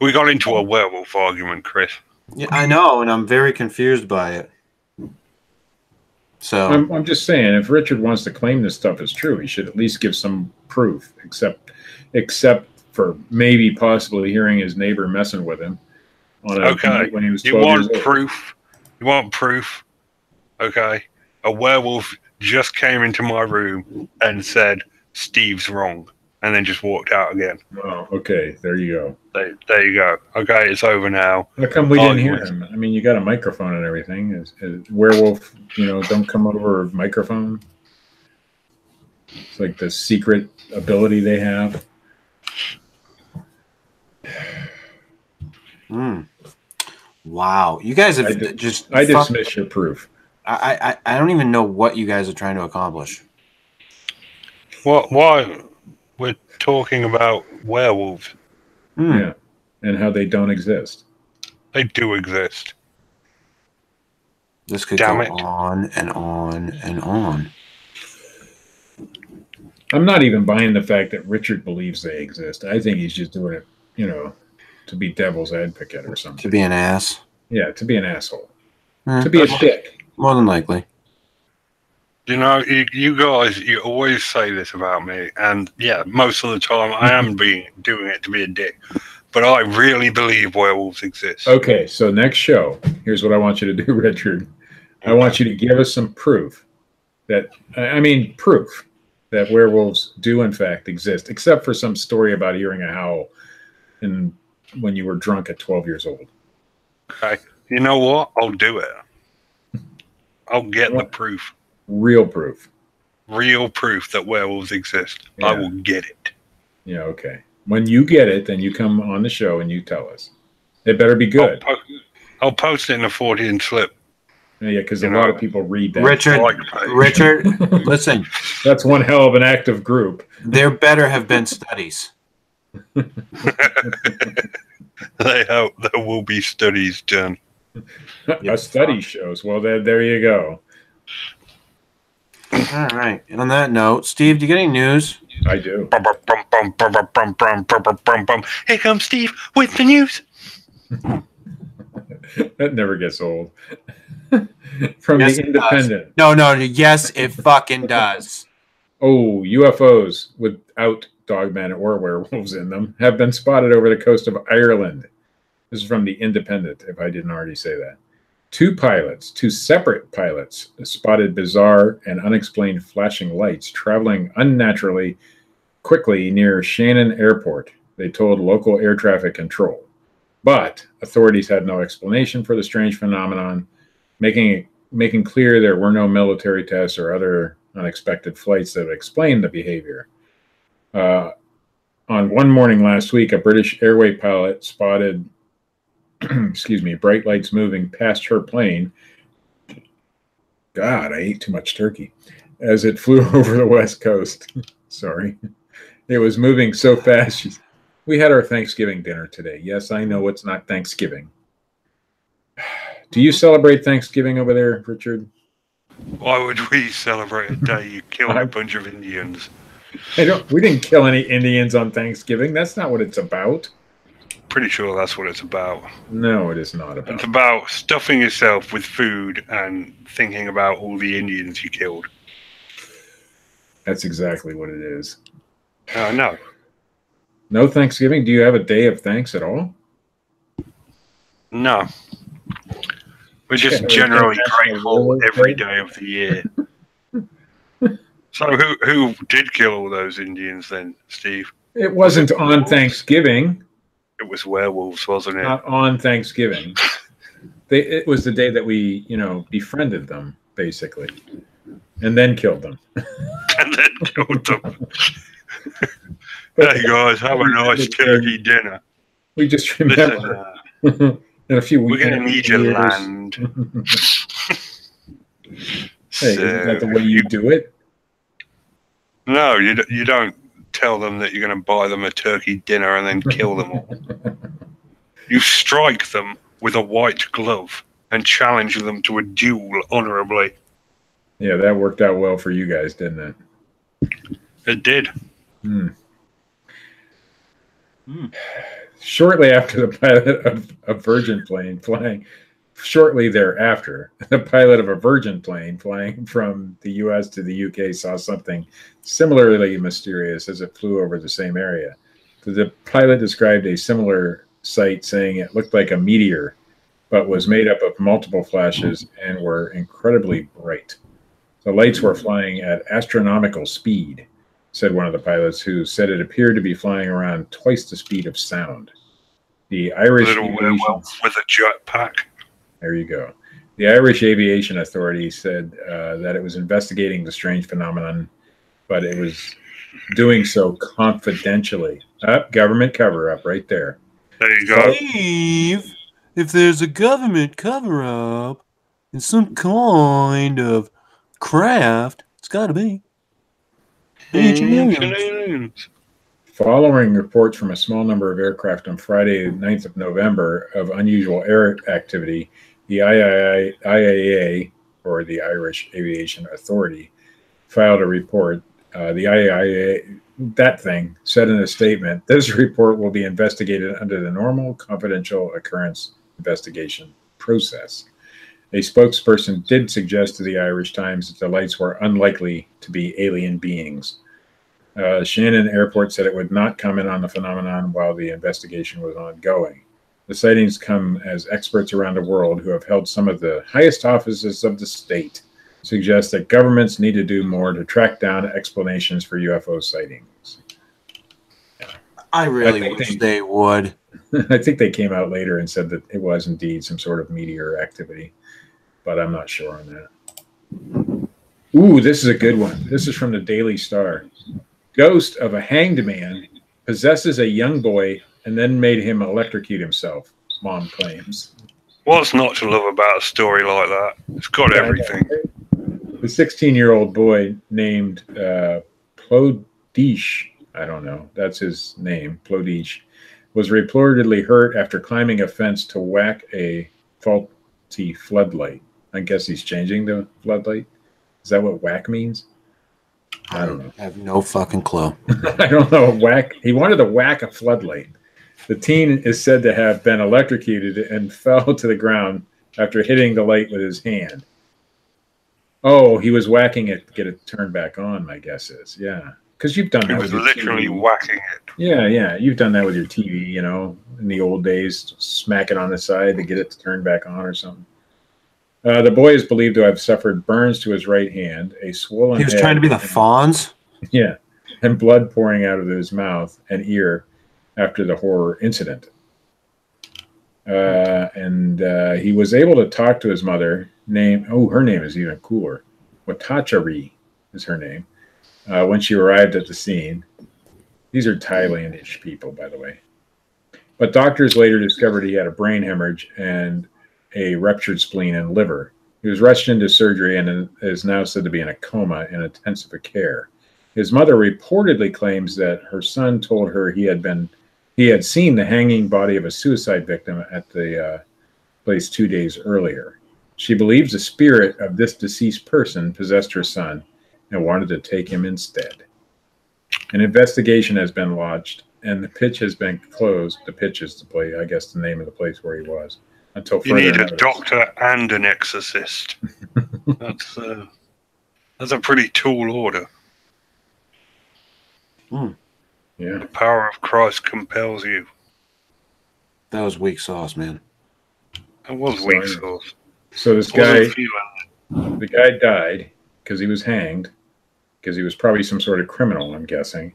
Speaker 3: We got into a werewolf argument, Chris.
Speaker 1: Yeah, I know, and I'm very confused by it.
Speaker 3: Um,
Speaker 1: So
Speaker 2: I'm, I'm just saying, if Richard wants to claim this stuff is true, he should at least give some proof, except except for maybe possibly hearing his neighbor messing with him on a
Speaker 3: Okay.
Speaker 2: night when he was
Speaker 3: You
Speaker 2: 12 years
Speaker 3: want
Speaker 2: old.
Speaker 3: proof? You want proof? Okay. A werewolf just came into my room and said, Steve's wrong, and then just walked out again.
Speaker 2: Wow. Okay. There you go.
Speaker 3: There, there you go. Okay, it's over now.
Speaker 2: How come we
Speaker 3: Oh,
Speaker 2: didn't
Speaker 3: you
Speaker 2: hear
Speaker 3: went-
Speaker 2: him? I mean, you got a microphone and everything. Is, is werewolf, you know, don't come over a microphone. It's like the secret ability they have.
Speaker 1: Mm. Wow, you guys have
Speaker 2: I di-
Speaker 1: just
Speaker 2: I
Speaker 1: fuck-
Speaker 2: dismiss your proof.
Speaker 1: I, I I don't even know what you guys are trying to accomplish.
Speaker 3: What? Why? We're talking about werewolves.
Speaker 1: Hmm.
Speaker 2: Yeah. And how they don't exist.
Speaker 3: They do exist.
Speaker 1: This could
Speaker 3: Damn
Speaker 1: go
Speaker 3: it.
Speaker 1: on and on and on.
Speaker 2: I'm not even buying the fact that Richard believes they exist. I think he's just doing it, you know, to be devil's advocate or
Speaker 1: To
Speaker 2: something.
Speaker 1: be an ass,
Speaker 2: Yeah, to be an asshole.
Speaker 1: Eh,
Speaker 2: To be a dick.
Speaker 1: more than likely.
Speaker 3: You know, you, you guys, you always say this about me, and yeah, most of the time I am being doing it to be a dick, but I really believe werewolves exist.
Speaker 2: Okay, so next show, here's what I want you to do, [laughs] Richard. I want you to give us some proof that I I mean proof that werewolves do in fact exist, except for some story about hearing a howl and when you were drunk at 12 years old.
Speaker 3: Okay, you know what? I'll do it. I'll get the proof,
Speaker 2: Real proof.
Speaker 3: real proof that werewolves exist. I
Speaker 2: Yeah.
Speaker 3: will get it.
Speaker 2: Yeah, okay. When you get it, then you come on the show and you tell us. It better be good.
Speaker 3: I'll, po- I'll post it in a 40 and slip.
Speaker 2: yeah, because a
Speaker 3: you know,
Speaker 2: lot of people read that.
Speaker 3: I
Speaker 1: Oh. Richard,
Speaker 3: like the page.
Speaker 1: Richard, listen,
Speaker 2: That's one hell of an active
Speaker 1: [laughs]
Speaker 2: group.
Speaker 1: there better have been studies.
Speaker 3: They hope there will be studies done.
Speaker 2: a study shows. Well, there, there you go.
Speaker 1: All right. And on that note, Steve, do you get any news?
Speaker 2: I do.
Speaker 3: Brum, brum, brum, brum, brum, brum, brum, brum, brum, brum, brum, brum. Here comes Steve with the news.
Speaker 2: That never gets old. [laughs] From
Speaker 1: Yes,
Speaker 2: the
Speaker 1: it does.
Speaker 2: Independent.
Speaker 1: No, no. Yes, it fucking does.
Speaker 2: Oh, UFOs without dogmen or werewolves in them have been spotted over the coast of Ireland. This is from The Independent, if I didn't already say that. Two pilots, two separate pilots, spotted bizarre and unexplained flashing lights traveling unnaturally quickly near Shannon Airport, they told local air traffic control. But authorities had no explanation for the strange phenomenon, making it making clear there were no military tests or other unexpected flights that explained the behavior. Uh, on one morning last week, a British airway pilot spotted, [clears throat] excuse me, bright lights moving past her plane. God, I ate too much turkey as it [laughs] flew over the west coast. [laughs] Sorry, it was moving so fast. She's, we had our Thanksgiving dinner today. Yes, I know it's not Thanksgiving. [sighs] Do you celebrate Thanksgiving over there, Richard?
Speaker 3: Why would we celebrate a day you killed
Speaker 2: I-
Speaker 3: a bunch of Indians?
Speaker 2: I don't, we didn't kill any Indians on Thanksgiving. That's not what it's about.
Speaker 3: Pretty sure that's what it's about.
Speaker 2: No, it is not
Speaker 3: It's
Speaker 2: about.
Speaker 3: about stuffing yourself with food and thinking about all the Indians you killed.
Speaker 2: That's exactly what it is.
Speaker 3: I know.
Speaker 2: No Thanksgiving. Do you have a day of thanks at all?
Speaker 3: No. We're just
Speaker 2: Yeah,
Speaker 3: generally
Speaker 2: International
Speaker 3: grateful
Speaker 2: Women's
Speaker 3: every
Speaker 2: Day.
Speaker 3: day of the year. so who who did kill all those Indians then, Steve?
Speaker 2: It wasn't on Thanksgiving.
Speaker 3: It was werewolves, wasn't it?
Speaker 2: Not on Thanksgiving. They, it was the day that we, you know, befriended them basically, and then killed them.
Speaker 3: [laughs] and then killed them. hey guys, have
Speaker 2: [laughs]
Speaker 3: a nice turkey dinner.
Speaker 2: we just
Speaker 3: Listen,
Speaker 2: remember
Speaker 3: uh,
Speaker 2: [laughs] in a few
Speaker 3: we're
Speaker 2: weeks.
Speaker 3: going to need your
Speaker 2: [laughs]
Speaker 3: land.
Speaker 2: hey, isn't that the way you do it?
Speaker 3: No, you, d- you don't tell them that you're going to buy them a turkey dinner and then kill them all. you strike them with a white glove and challenge them to a duel honorably.
Speaker 2: Yeah, that worked out well for you guys, didn't it?
Speaker 3: It did.
Speaker 2: Hmm.
Speaker 1: Hmm.
Speaker 2: [sighs] Shortly after the [laughs] pilot of a Virgin plane flying, shortly thereafter, [laughs] the pilot of a Virgin plane flying from the U.S. to the U.K. saw something similarly mysterious as it flew over the same area. The pilot described a similar sight, saying it looked like a meteor, but was made up of multiple flashes and were incredibly bright. The lights were flying at astronomical speed said one of the pilots, who said it appeared to be flying around twice the speed of sound. The Irish
Speaker 3: Little
Speaker 2: aviation-
Speaker 3: werewolf with a jetpack.
Speaker 2: there you go. The Irish Aviation Authority said uh, that it was investigating the strange phenomenon, but it was doing so confidentially. Up, government cover up right there.
Speaker 3: There you go.
Speaker 1: Steve, if there's a government cover up in some kind of craft, it's got to be.
Speaker 2: Mm-hmm. Following reports from a small number of aircraft on Friday, 9th of November, of unusual air activity, the III IAA, or the Irish Aviation Authority, filed a report. Uh, the IAA, that thing, said in a statement, this report will be investigated under the normal confidential occurrence investigation process. A spokesperson did suggest to the Irish Times that the lights were unlikely to be alien beings. Uh, Shannon Airport said it would not comment on the phenomenon while the investigation was ongoing. The sightings come as experts around the world who have held some of the highest offices of the state suggest that governments need to do more to track down explanations for UFO sightings.
Speaker 1: I really
Speaker 2: think
Speaker 1: wish
Speaker 2: they-
Speaker 1: they would.
Speaker 2: [laughs] I think they came out later and said that it was indeed some sort of meteor activity, but I'm not sure on that. Ooh, this is a good one. This is from the Daily Star. Ghost of a hanged man possesses a young boy and then made him electrocute himself, mom claims.
Speaker 3: What's not to love about a story like that? It's got everything.
Speaker 2: The 16 year old boy named uh, Plodish, I don't know, that's his name, Plodish, was reportedly hurt after climbing a fence to whack a faulty floodlight. I guess he's changing the floodlight. Is that what whack means? I don't know.
Speaker 1: I have no fucking clue.
Speaker 2: I don't know. Whack. He wanted to whack a floodlight. The teen is said to have been electrocuted and [laughs] fell to the ground after hitting the light with his hand. Oh, he was whacking it to get it turned back on. My guess is, yeah, because you've done
Speaker 3: It
Speaker 2: that.
Speaker 3: was
Speaker 2: with your
Speaker 3: literally
Speaker 2: TV.
Speaker 3: whacking it.
Speaker 2: Yeah, yeah, you've done that with your TV. You know, in the old days, smack it on the side to get it to turn back on or something. Uh, the boy is believed to have suffered burns to his right hand, a swollen.
Speaker 1: He was
Speaker 2: head,
Speaker 1: trying to be the
Speaker 2: and-
Speaker 1: Fonz.
Speaker 2: [laughs] yeah, and blood pouring out of his mouth and ear after the horror incident. Uh, and uh, he was able to talk to his mother. Name oh, her name is even cooler. Watachari is her name. Uh, when she arrived at the scene, these are Thailandish people, by the way. But doctors later discovered he had a brain hemorrhage and a ruptured spleen and liver. He was rushed into surgery and is now said to be in a coma in intensive care. His mother reportedly claims that her son told her he had been he had seen the hanging body of a suicide victim at the uh, place two days earlier. She believes the spirit of this deceased person possessed her son and wanted to take him instead. An investigation has been lodged and the pitch has been closed. The pitch is the place, I guess, the name of the place where he was until
Speaker 3: You
Speaker 2: further
Speaker 3: need a
Speaker 2: notice.
Speaker 3: doctor and an
Speaker 2: [laughs]
Speaker 3: exorcist. that's uh, that's a pretty tall order.
Speaker 2: Yeah,
Speaker 3: The power of Christ compels you.
Speaker 1: That was weak sauce, man.
Speaker 3: That was weak
Speaker 2: Sorry.
Speaker 3: sauce.
Speaker 2: so this guy.
Speaker 3: Wasn't feeling
Speaker 2: The guy died because he was hanged, because he was probably some sort of criminal, I'm guessing.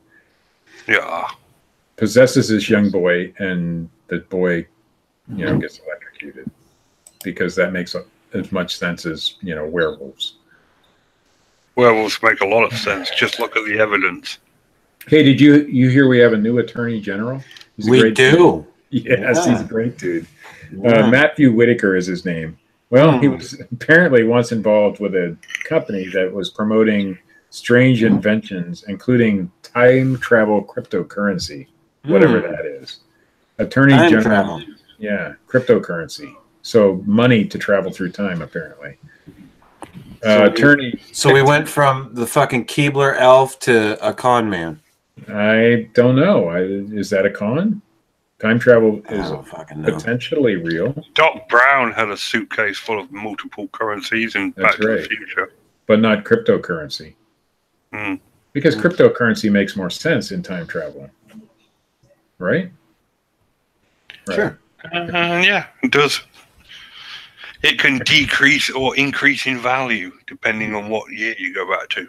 Speaker 3: it. Yeah.
Speaker 2: Possesses this young boy, and the boy, you know, gets electrocuted because that makes a- as much sense as, you know, werewolves.
Speaker 3: Werewolves make a lot of
Speaker 2: [laughs]
Speaker 3: sense. Just look at the evidence.
Speaker 2: Hey, did you you hear we have a new attorney general? He's a
Speaker 1: We
Speaker 2: great
Speaker 1: do.
Speaker 2: dude. [laughs] Yes, he's a
Speaker 1: Yeah.
Speaker 2: great dude. Uh,
Speaker 1: Yeah.
Speaker 2: Matthew Whitaker is his name. Well, he
Speaker 1: Hmm.
Speaker 2: was [laughs] apparently once involved with a company that was promoting strange inventions, including time travel cryptocurrency, whatever that is. Attorney
Speaker 1: Mm. Hmm. Time
Speaker 2: General.
Speaker 1: travel.
Speaker 2: Yeah, cryptocurrency. So money to travel through time, apparently.
Speaker 1: So
Speaker 2: Uh,
Speaker 1: we-
Speaker 2: attorney,
Speaker 1: So we went from the fucking Keebler elf to a con man.
Speaker 2: I don't know. I, is that a con? Time travel
Speaker 1: I
Speaker 2: is
Speaker 1: don't fucking know.
Speaker 2: potentially real.
Speaker 3: Doc Brown had a suitcase full of multiple currencies and
Speaker 2: That's
Speaker 3: Back to the
Speaker 2: right.
Speaker 3: Future.
Speaker 2: but not cryptocurrency.
Speaker 3: Hmm.
Speaker 2: Because
Speaker 1: Hmm.
Speaker 2: cryptocurrency makes more sense in time travel. Right? Right.
Speaker 1: Sure.
Speaker 3: Uh, yeah, it does. It can decrease or increase in value depending on what year you go back to.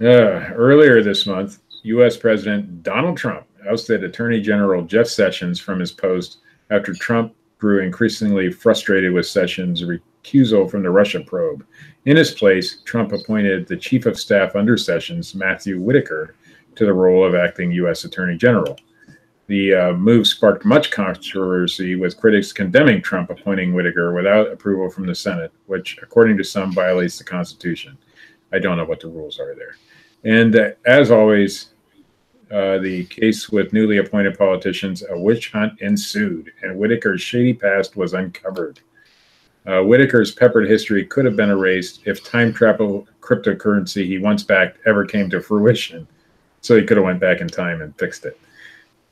Speaker 2: Uh, earlier this month, U.S. President Donald Trump ousted Attorney General Jeff Sessions from his post after Trump grew increasingly frustrated with Sessions' recusal from the Russia probe. In his place, Trump appointed the chief of staff under Sessions, Matthew Whitaker, to the role of acting U.S. Attorney General. The uh, move sparked much controversy, with critics condemning Trump appointing Whitaker without approval from the Senate, which, according to some, violates the Constitution. I don't know what the rules are there. And uh, as always, uh, the case with newly appointed politicians, a witch hunt ensued, and Whitaker's shady past was uncovered. Uh, Whitaker's peppered history could have been erased if time travel cryptocurrency he once backed ever came to fruition. So he could have went back in time and fixed it.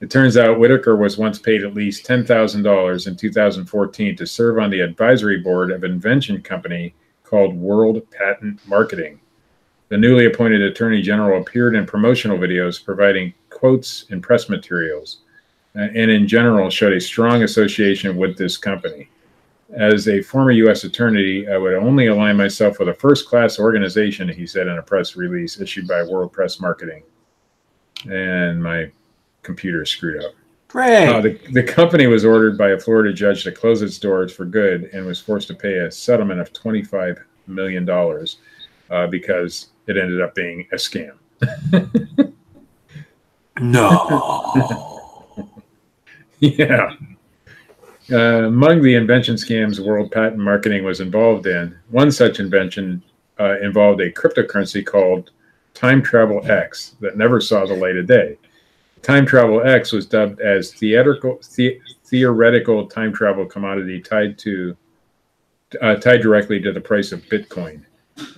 Speaker 2: It turns out Whitaker was once paid at least $10,000 in 2014 to serve on the advisory board of an invention company called World Patent Marketing. The newly appointed attorney general appeared in promotional videos providing quotes and press materials, uh, and in general showed a strong association with this company. As a former U.S. attorney, I would only align myself with a first class organization, he said in a press release issued by World Press Marketing. And my computer is screwed up.
Speaker 1: Great.
Speaker 2: Uh, the, the company was ordered by a Florida judge to close its doors for good and was forced to pay a settlement of $25 million uh, because it ended up being a scam.
Speaker 1: [laughs] no.
Speaker 2: [laughs] Yeah. Uh, among the invention scams World Patent Marketing was involved in, one such invention uh, involved a cryptocurrency called Time Travel X that never saw the light of day. Time Travel X was dubbed as theoretical, the, theoretical time travel commodity tied to uh, tied directly to the price of Bitcoin.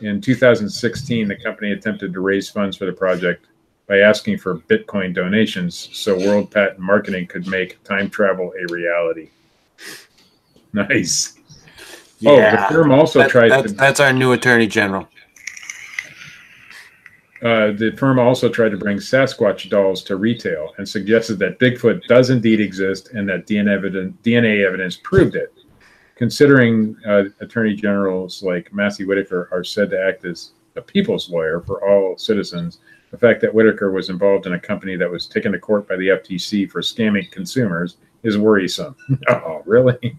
Speaker 2: In 2016, the company attempted to raise funds for the project by asking for Bitcoin donations so World Patent Marketing could make time travel a reality. [laughs] Nice.
Speaker 1: Yeah.
Speaker 2: Oh, the firm also
Speaker 1: That-
Speaker 2: tried
Speaker 1: that's,
Speaker 2: to,
Speaker 1: that's our new attorney general.
Speaker 2: uh, the firm also tried to bring Sasquatch dolls to retail and suggested that Bigfoot does indeed exist and that DNA evidence, DNA evidence proved it. Considering uh, attorney generals like Massey Whitaker are said to act as a people's lawyer for all citizens, the fact that Whitaker was involved in a company that was taken to court by the FTC for scamming consumers is worrisome. [laughs] oh, really?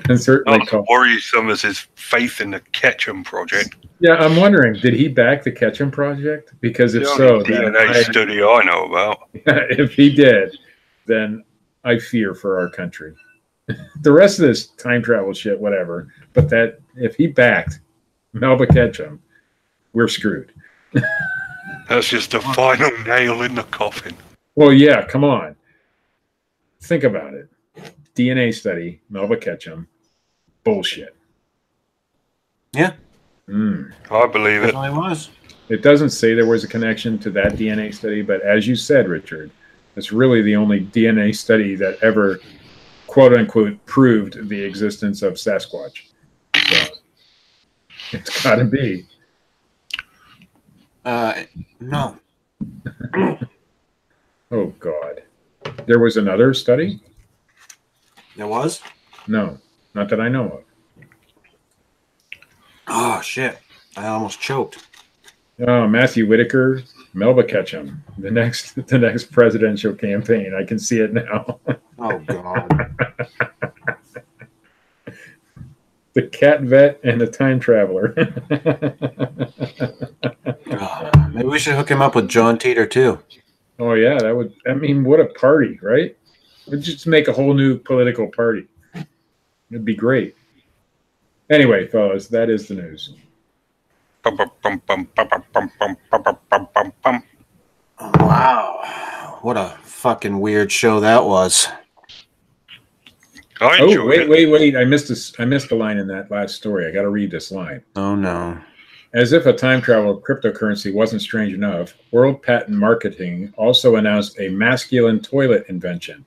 Speaker 2: [laughs] and certainly
Speaker 3: Not
Speaker 2: called-
Speaker 3: as worrisome as his faith in the Ketchum project.
Speaker 2: Yeah, I'm wondering, did he back the Ketchum project? Because if
Speaker 3: the
Speaker 2: so,
Speaker 3: only
Speaker 2: then
Speaker 3: DNA
Speaker 2: I-
Speaker 3: study I know about.
Speaker 2: [laughs] if he did, then I fear for our country. [laughs] the rest of this time travel shit, whatever. But that if he backed Melba Ketchum, we're screwed.
Speaker 3: That's just the final nail in the coffin.
Speaker 2: Well, yeah, come on. Think about it. DNA study, Melba Ketchum, bullshit.
Speaker 1: Yeah.
Speaker 2: Mm.
Speaker 3: I believe it.
Speaker 1: Definitely was.
Speaker 2: It doesn't say there was a connection to that DNA study, but as you said, Richard, it's really the only DNA study that ever, quote unquote, proved the existence of Sasquatch. So, it's got to be.
Speaker 1: Uh, no.
Speaker 2: Oh, God. There was another study?
Speaker 1: There was?
Speaker 2: No, not that I know of.
Speaker 1: Oh, shit. I almost choked.
Speaker 2: Oh, Matthew Whitaker, Melba Ketchum, the next [laughs] the next presidential campaign. I can see it now. [laughs]
Speaker 1: Oh, God.
Speaker 2: the cat vet and the time traveler. [laughs]
Speaker 1: God. Maybe we should hook him up with John Teeter, too.
Speaker 2: Oh yeah, that would. I mean, what a party, right? We'd just make a whole new political party. It'd be great. Anyway, fellas, that is the news.
Speaker 3: Bum, bum, bum, bum, bum, bum, bum, bum, bum, bum, bum, bum.
Speaker 1: Wow. What a fucking weird show that was.
Speaker 3: I
Speaker 2: Oh
Speaker 3: enjoyed
Speaker 2: wait,
Speaker 3: it.
Speaker 2: wait, wait! I missed this. I missed the line in that last story. I got to read this line.
Speaker 1: Oh, no.
Speaker 2: As if a time travel of cryptocurrency wasn't strange enough, World Patent Marketing also announced a masculine toilet invention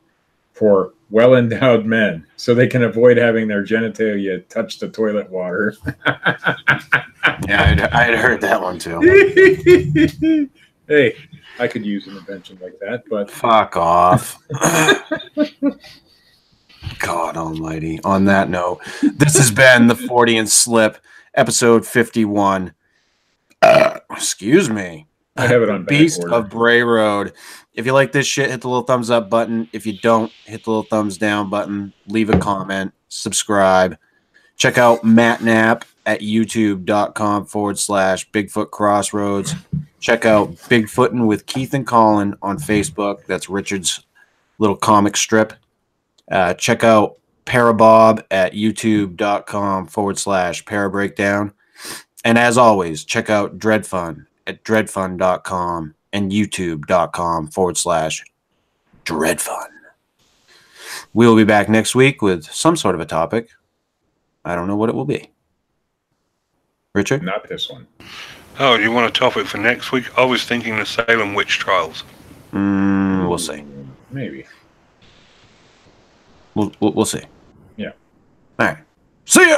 Speaker 2: for well-endowed men, so they can avoid having their genitalia touch the toilet water.
Speaker 1: Yeah, I'd, I'd heard that one, too.
Speaker 2: [laughs] hey, I could use an invention like that, but
Speaker 1: Fuck off. God almighty. On that note, this has been the 40 and Slip, episode 51. Uh, excuse me.
Speaker 2: I have it on back
Speaker 1: Beast
Speaker 2: order.
Speaker 1: of Bray Road. If you like this shit, hit the little thumbs up button. If you don't, hit the little thumbs down button. Leave a comment. Subscribe. Check out Matt Knapp at youtube.com forward slash Bigfoot Crossroads. Check out Bigfootin' with Keith and Colin on Facebook. That's Richard's little comic strip. Uh, check out Parabob at youtube.com forward slash Parabreakdown. And as always, check out Dreadfun at dreadfun.com and youtube.com forward slash dreadfun. We will be back next week with some sort of a topic. I don't know what it will be. Richard?
Speaker 2: Not this one.
Speaker 3: Oh, do you want a topic for next week? I was thinking the Salem witch trials.
Speaker 1: Mm, we'll see.
Speaker 2: Maybe.
Speaker 1: We'll, we'll, we'll see.
Speaker 2: Yeah.
Speaker 1: All right. See ya.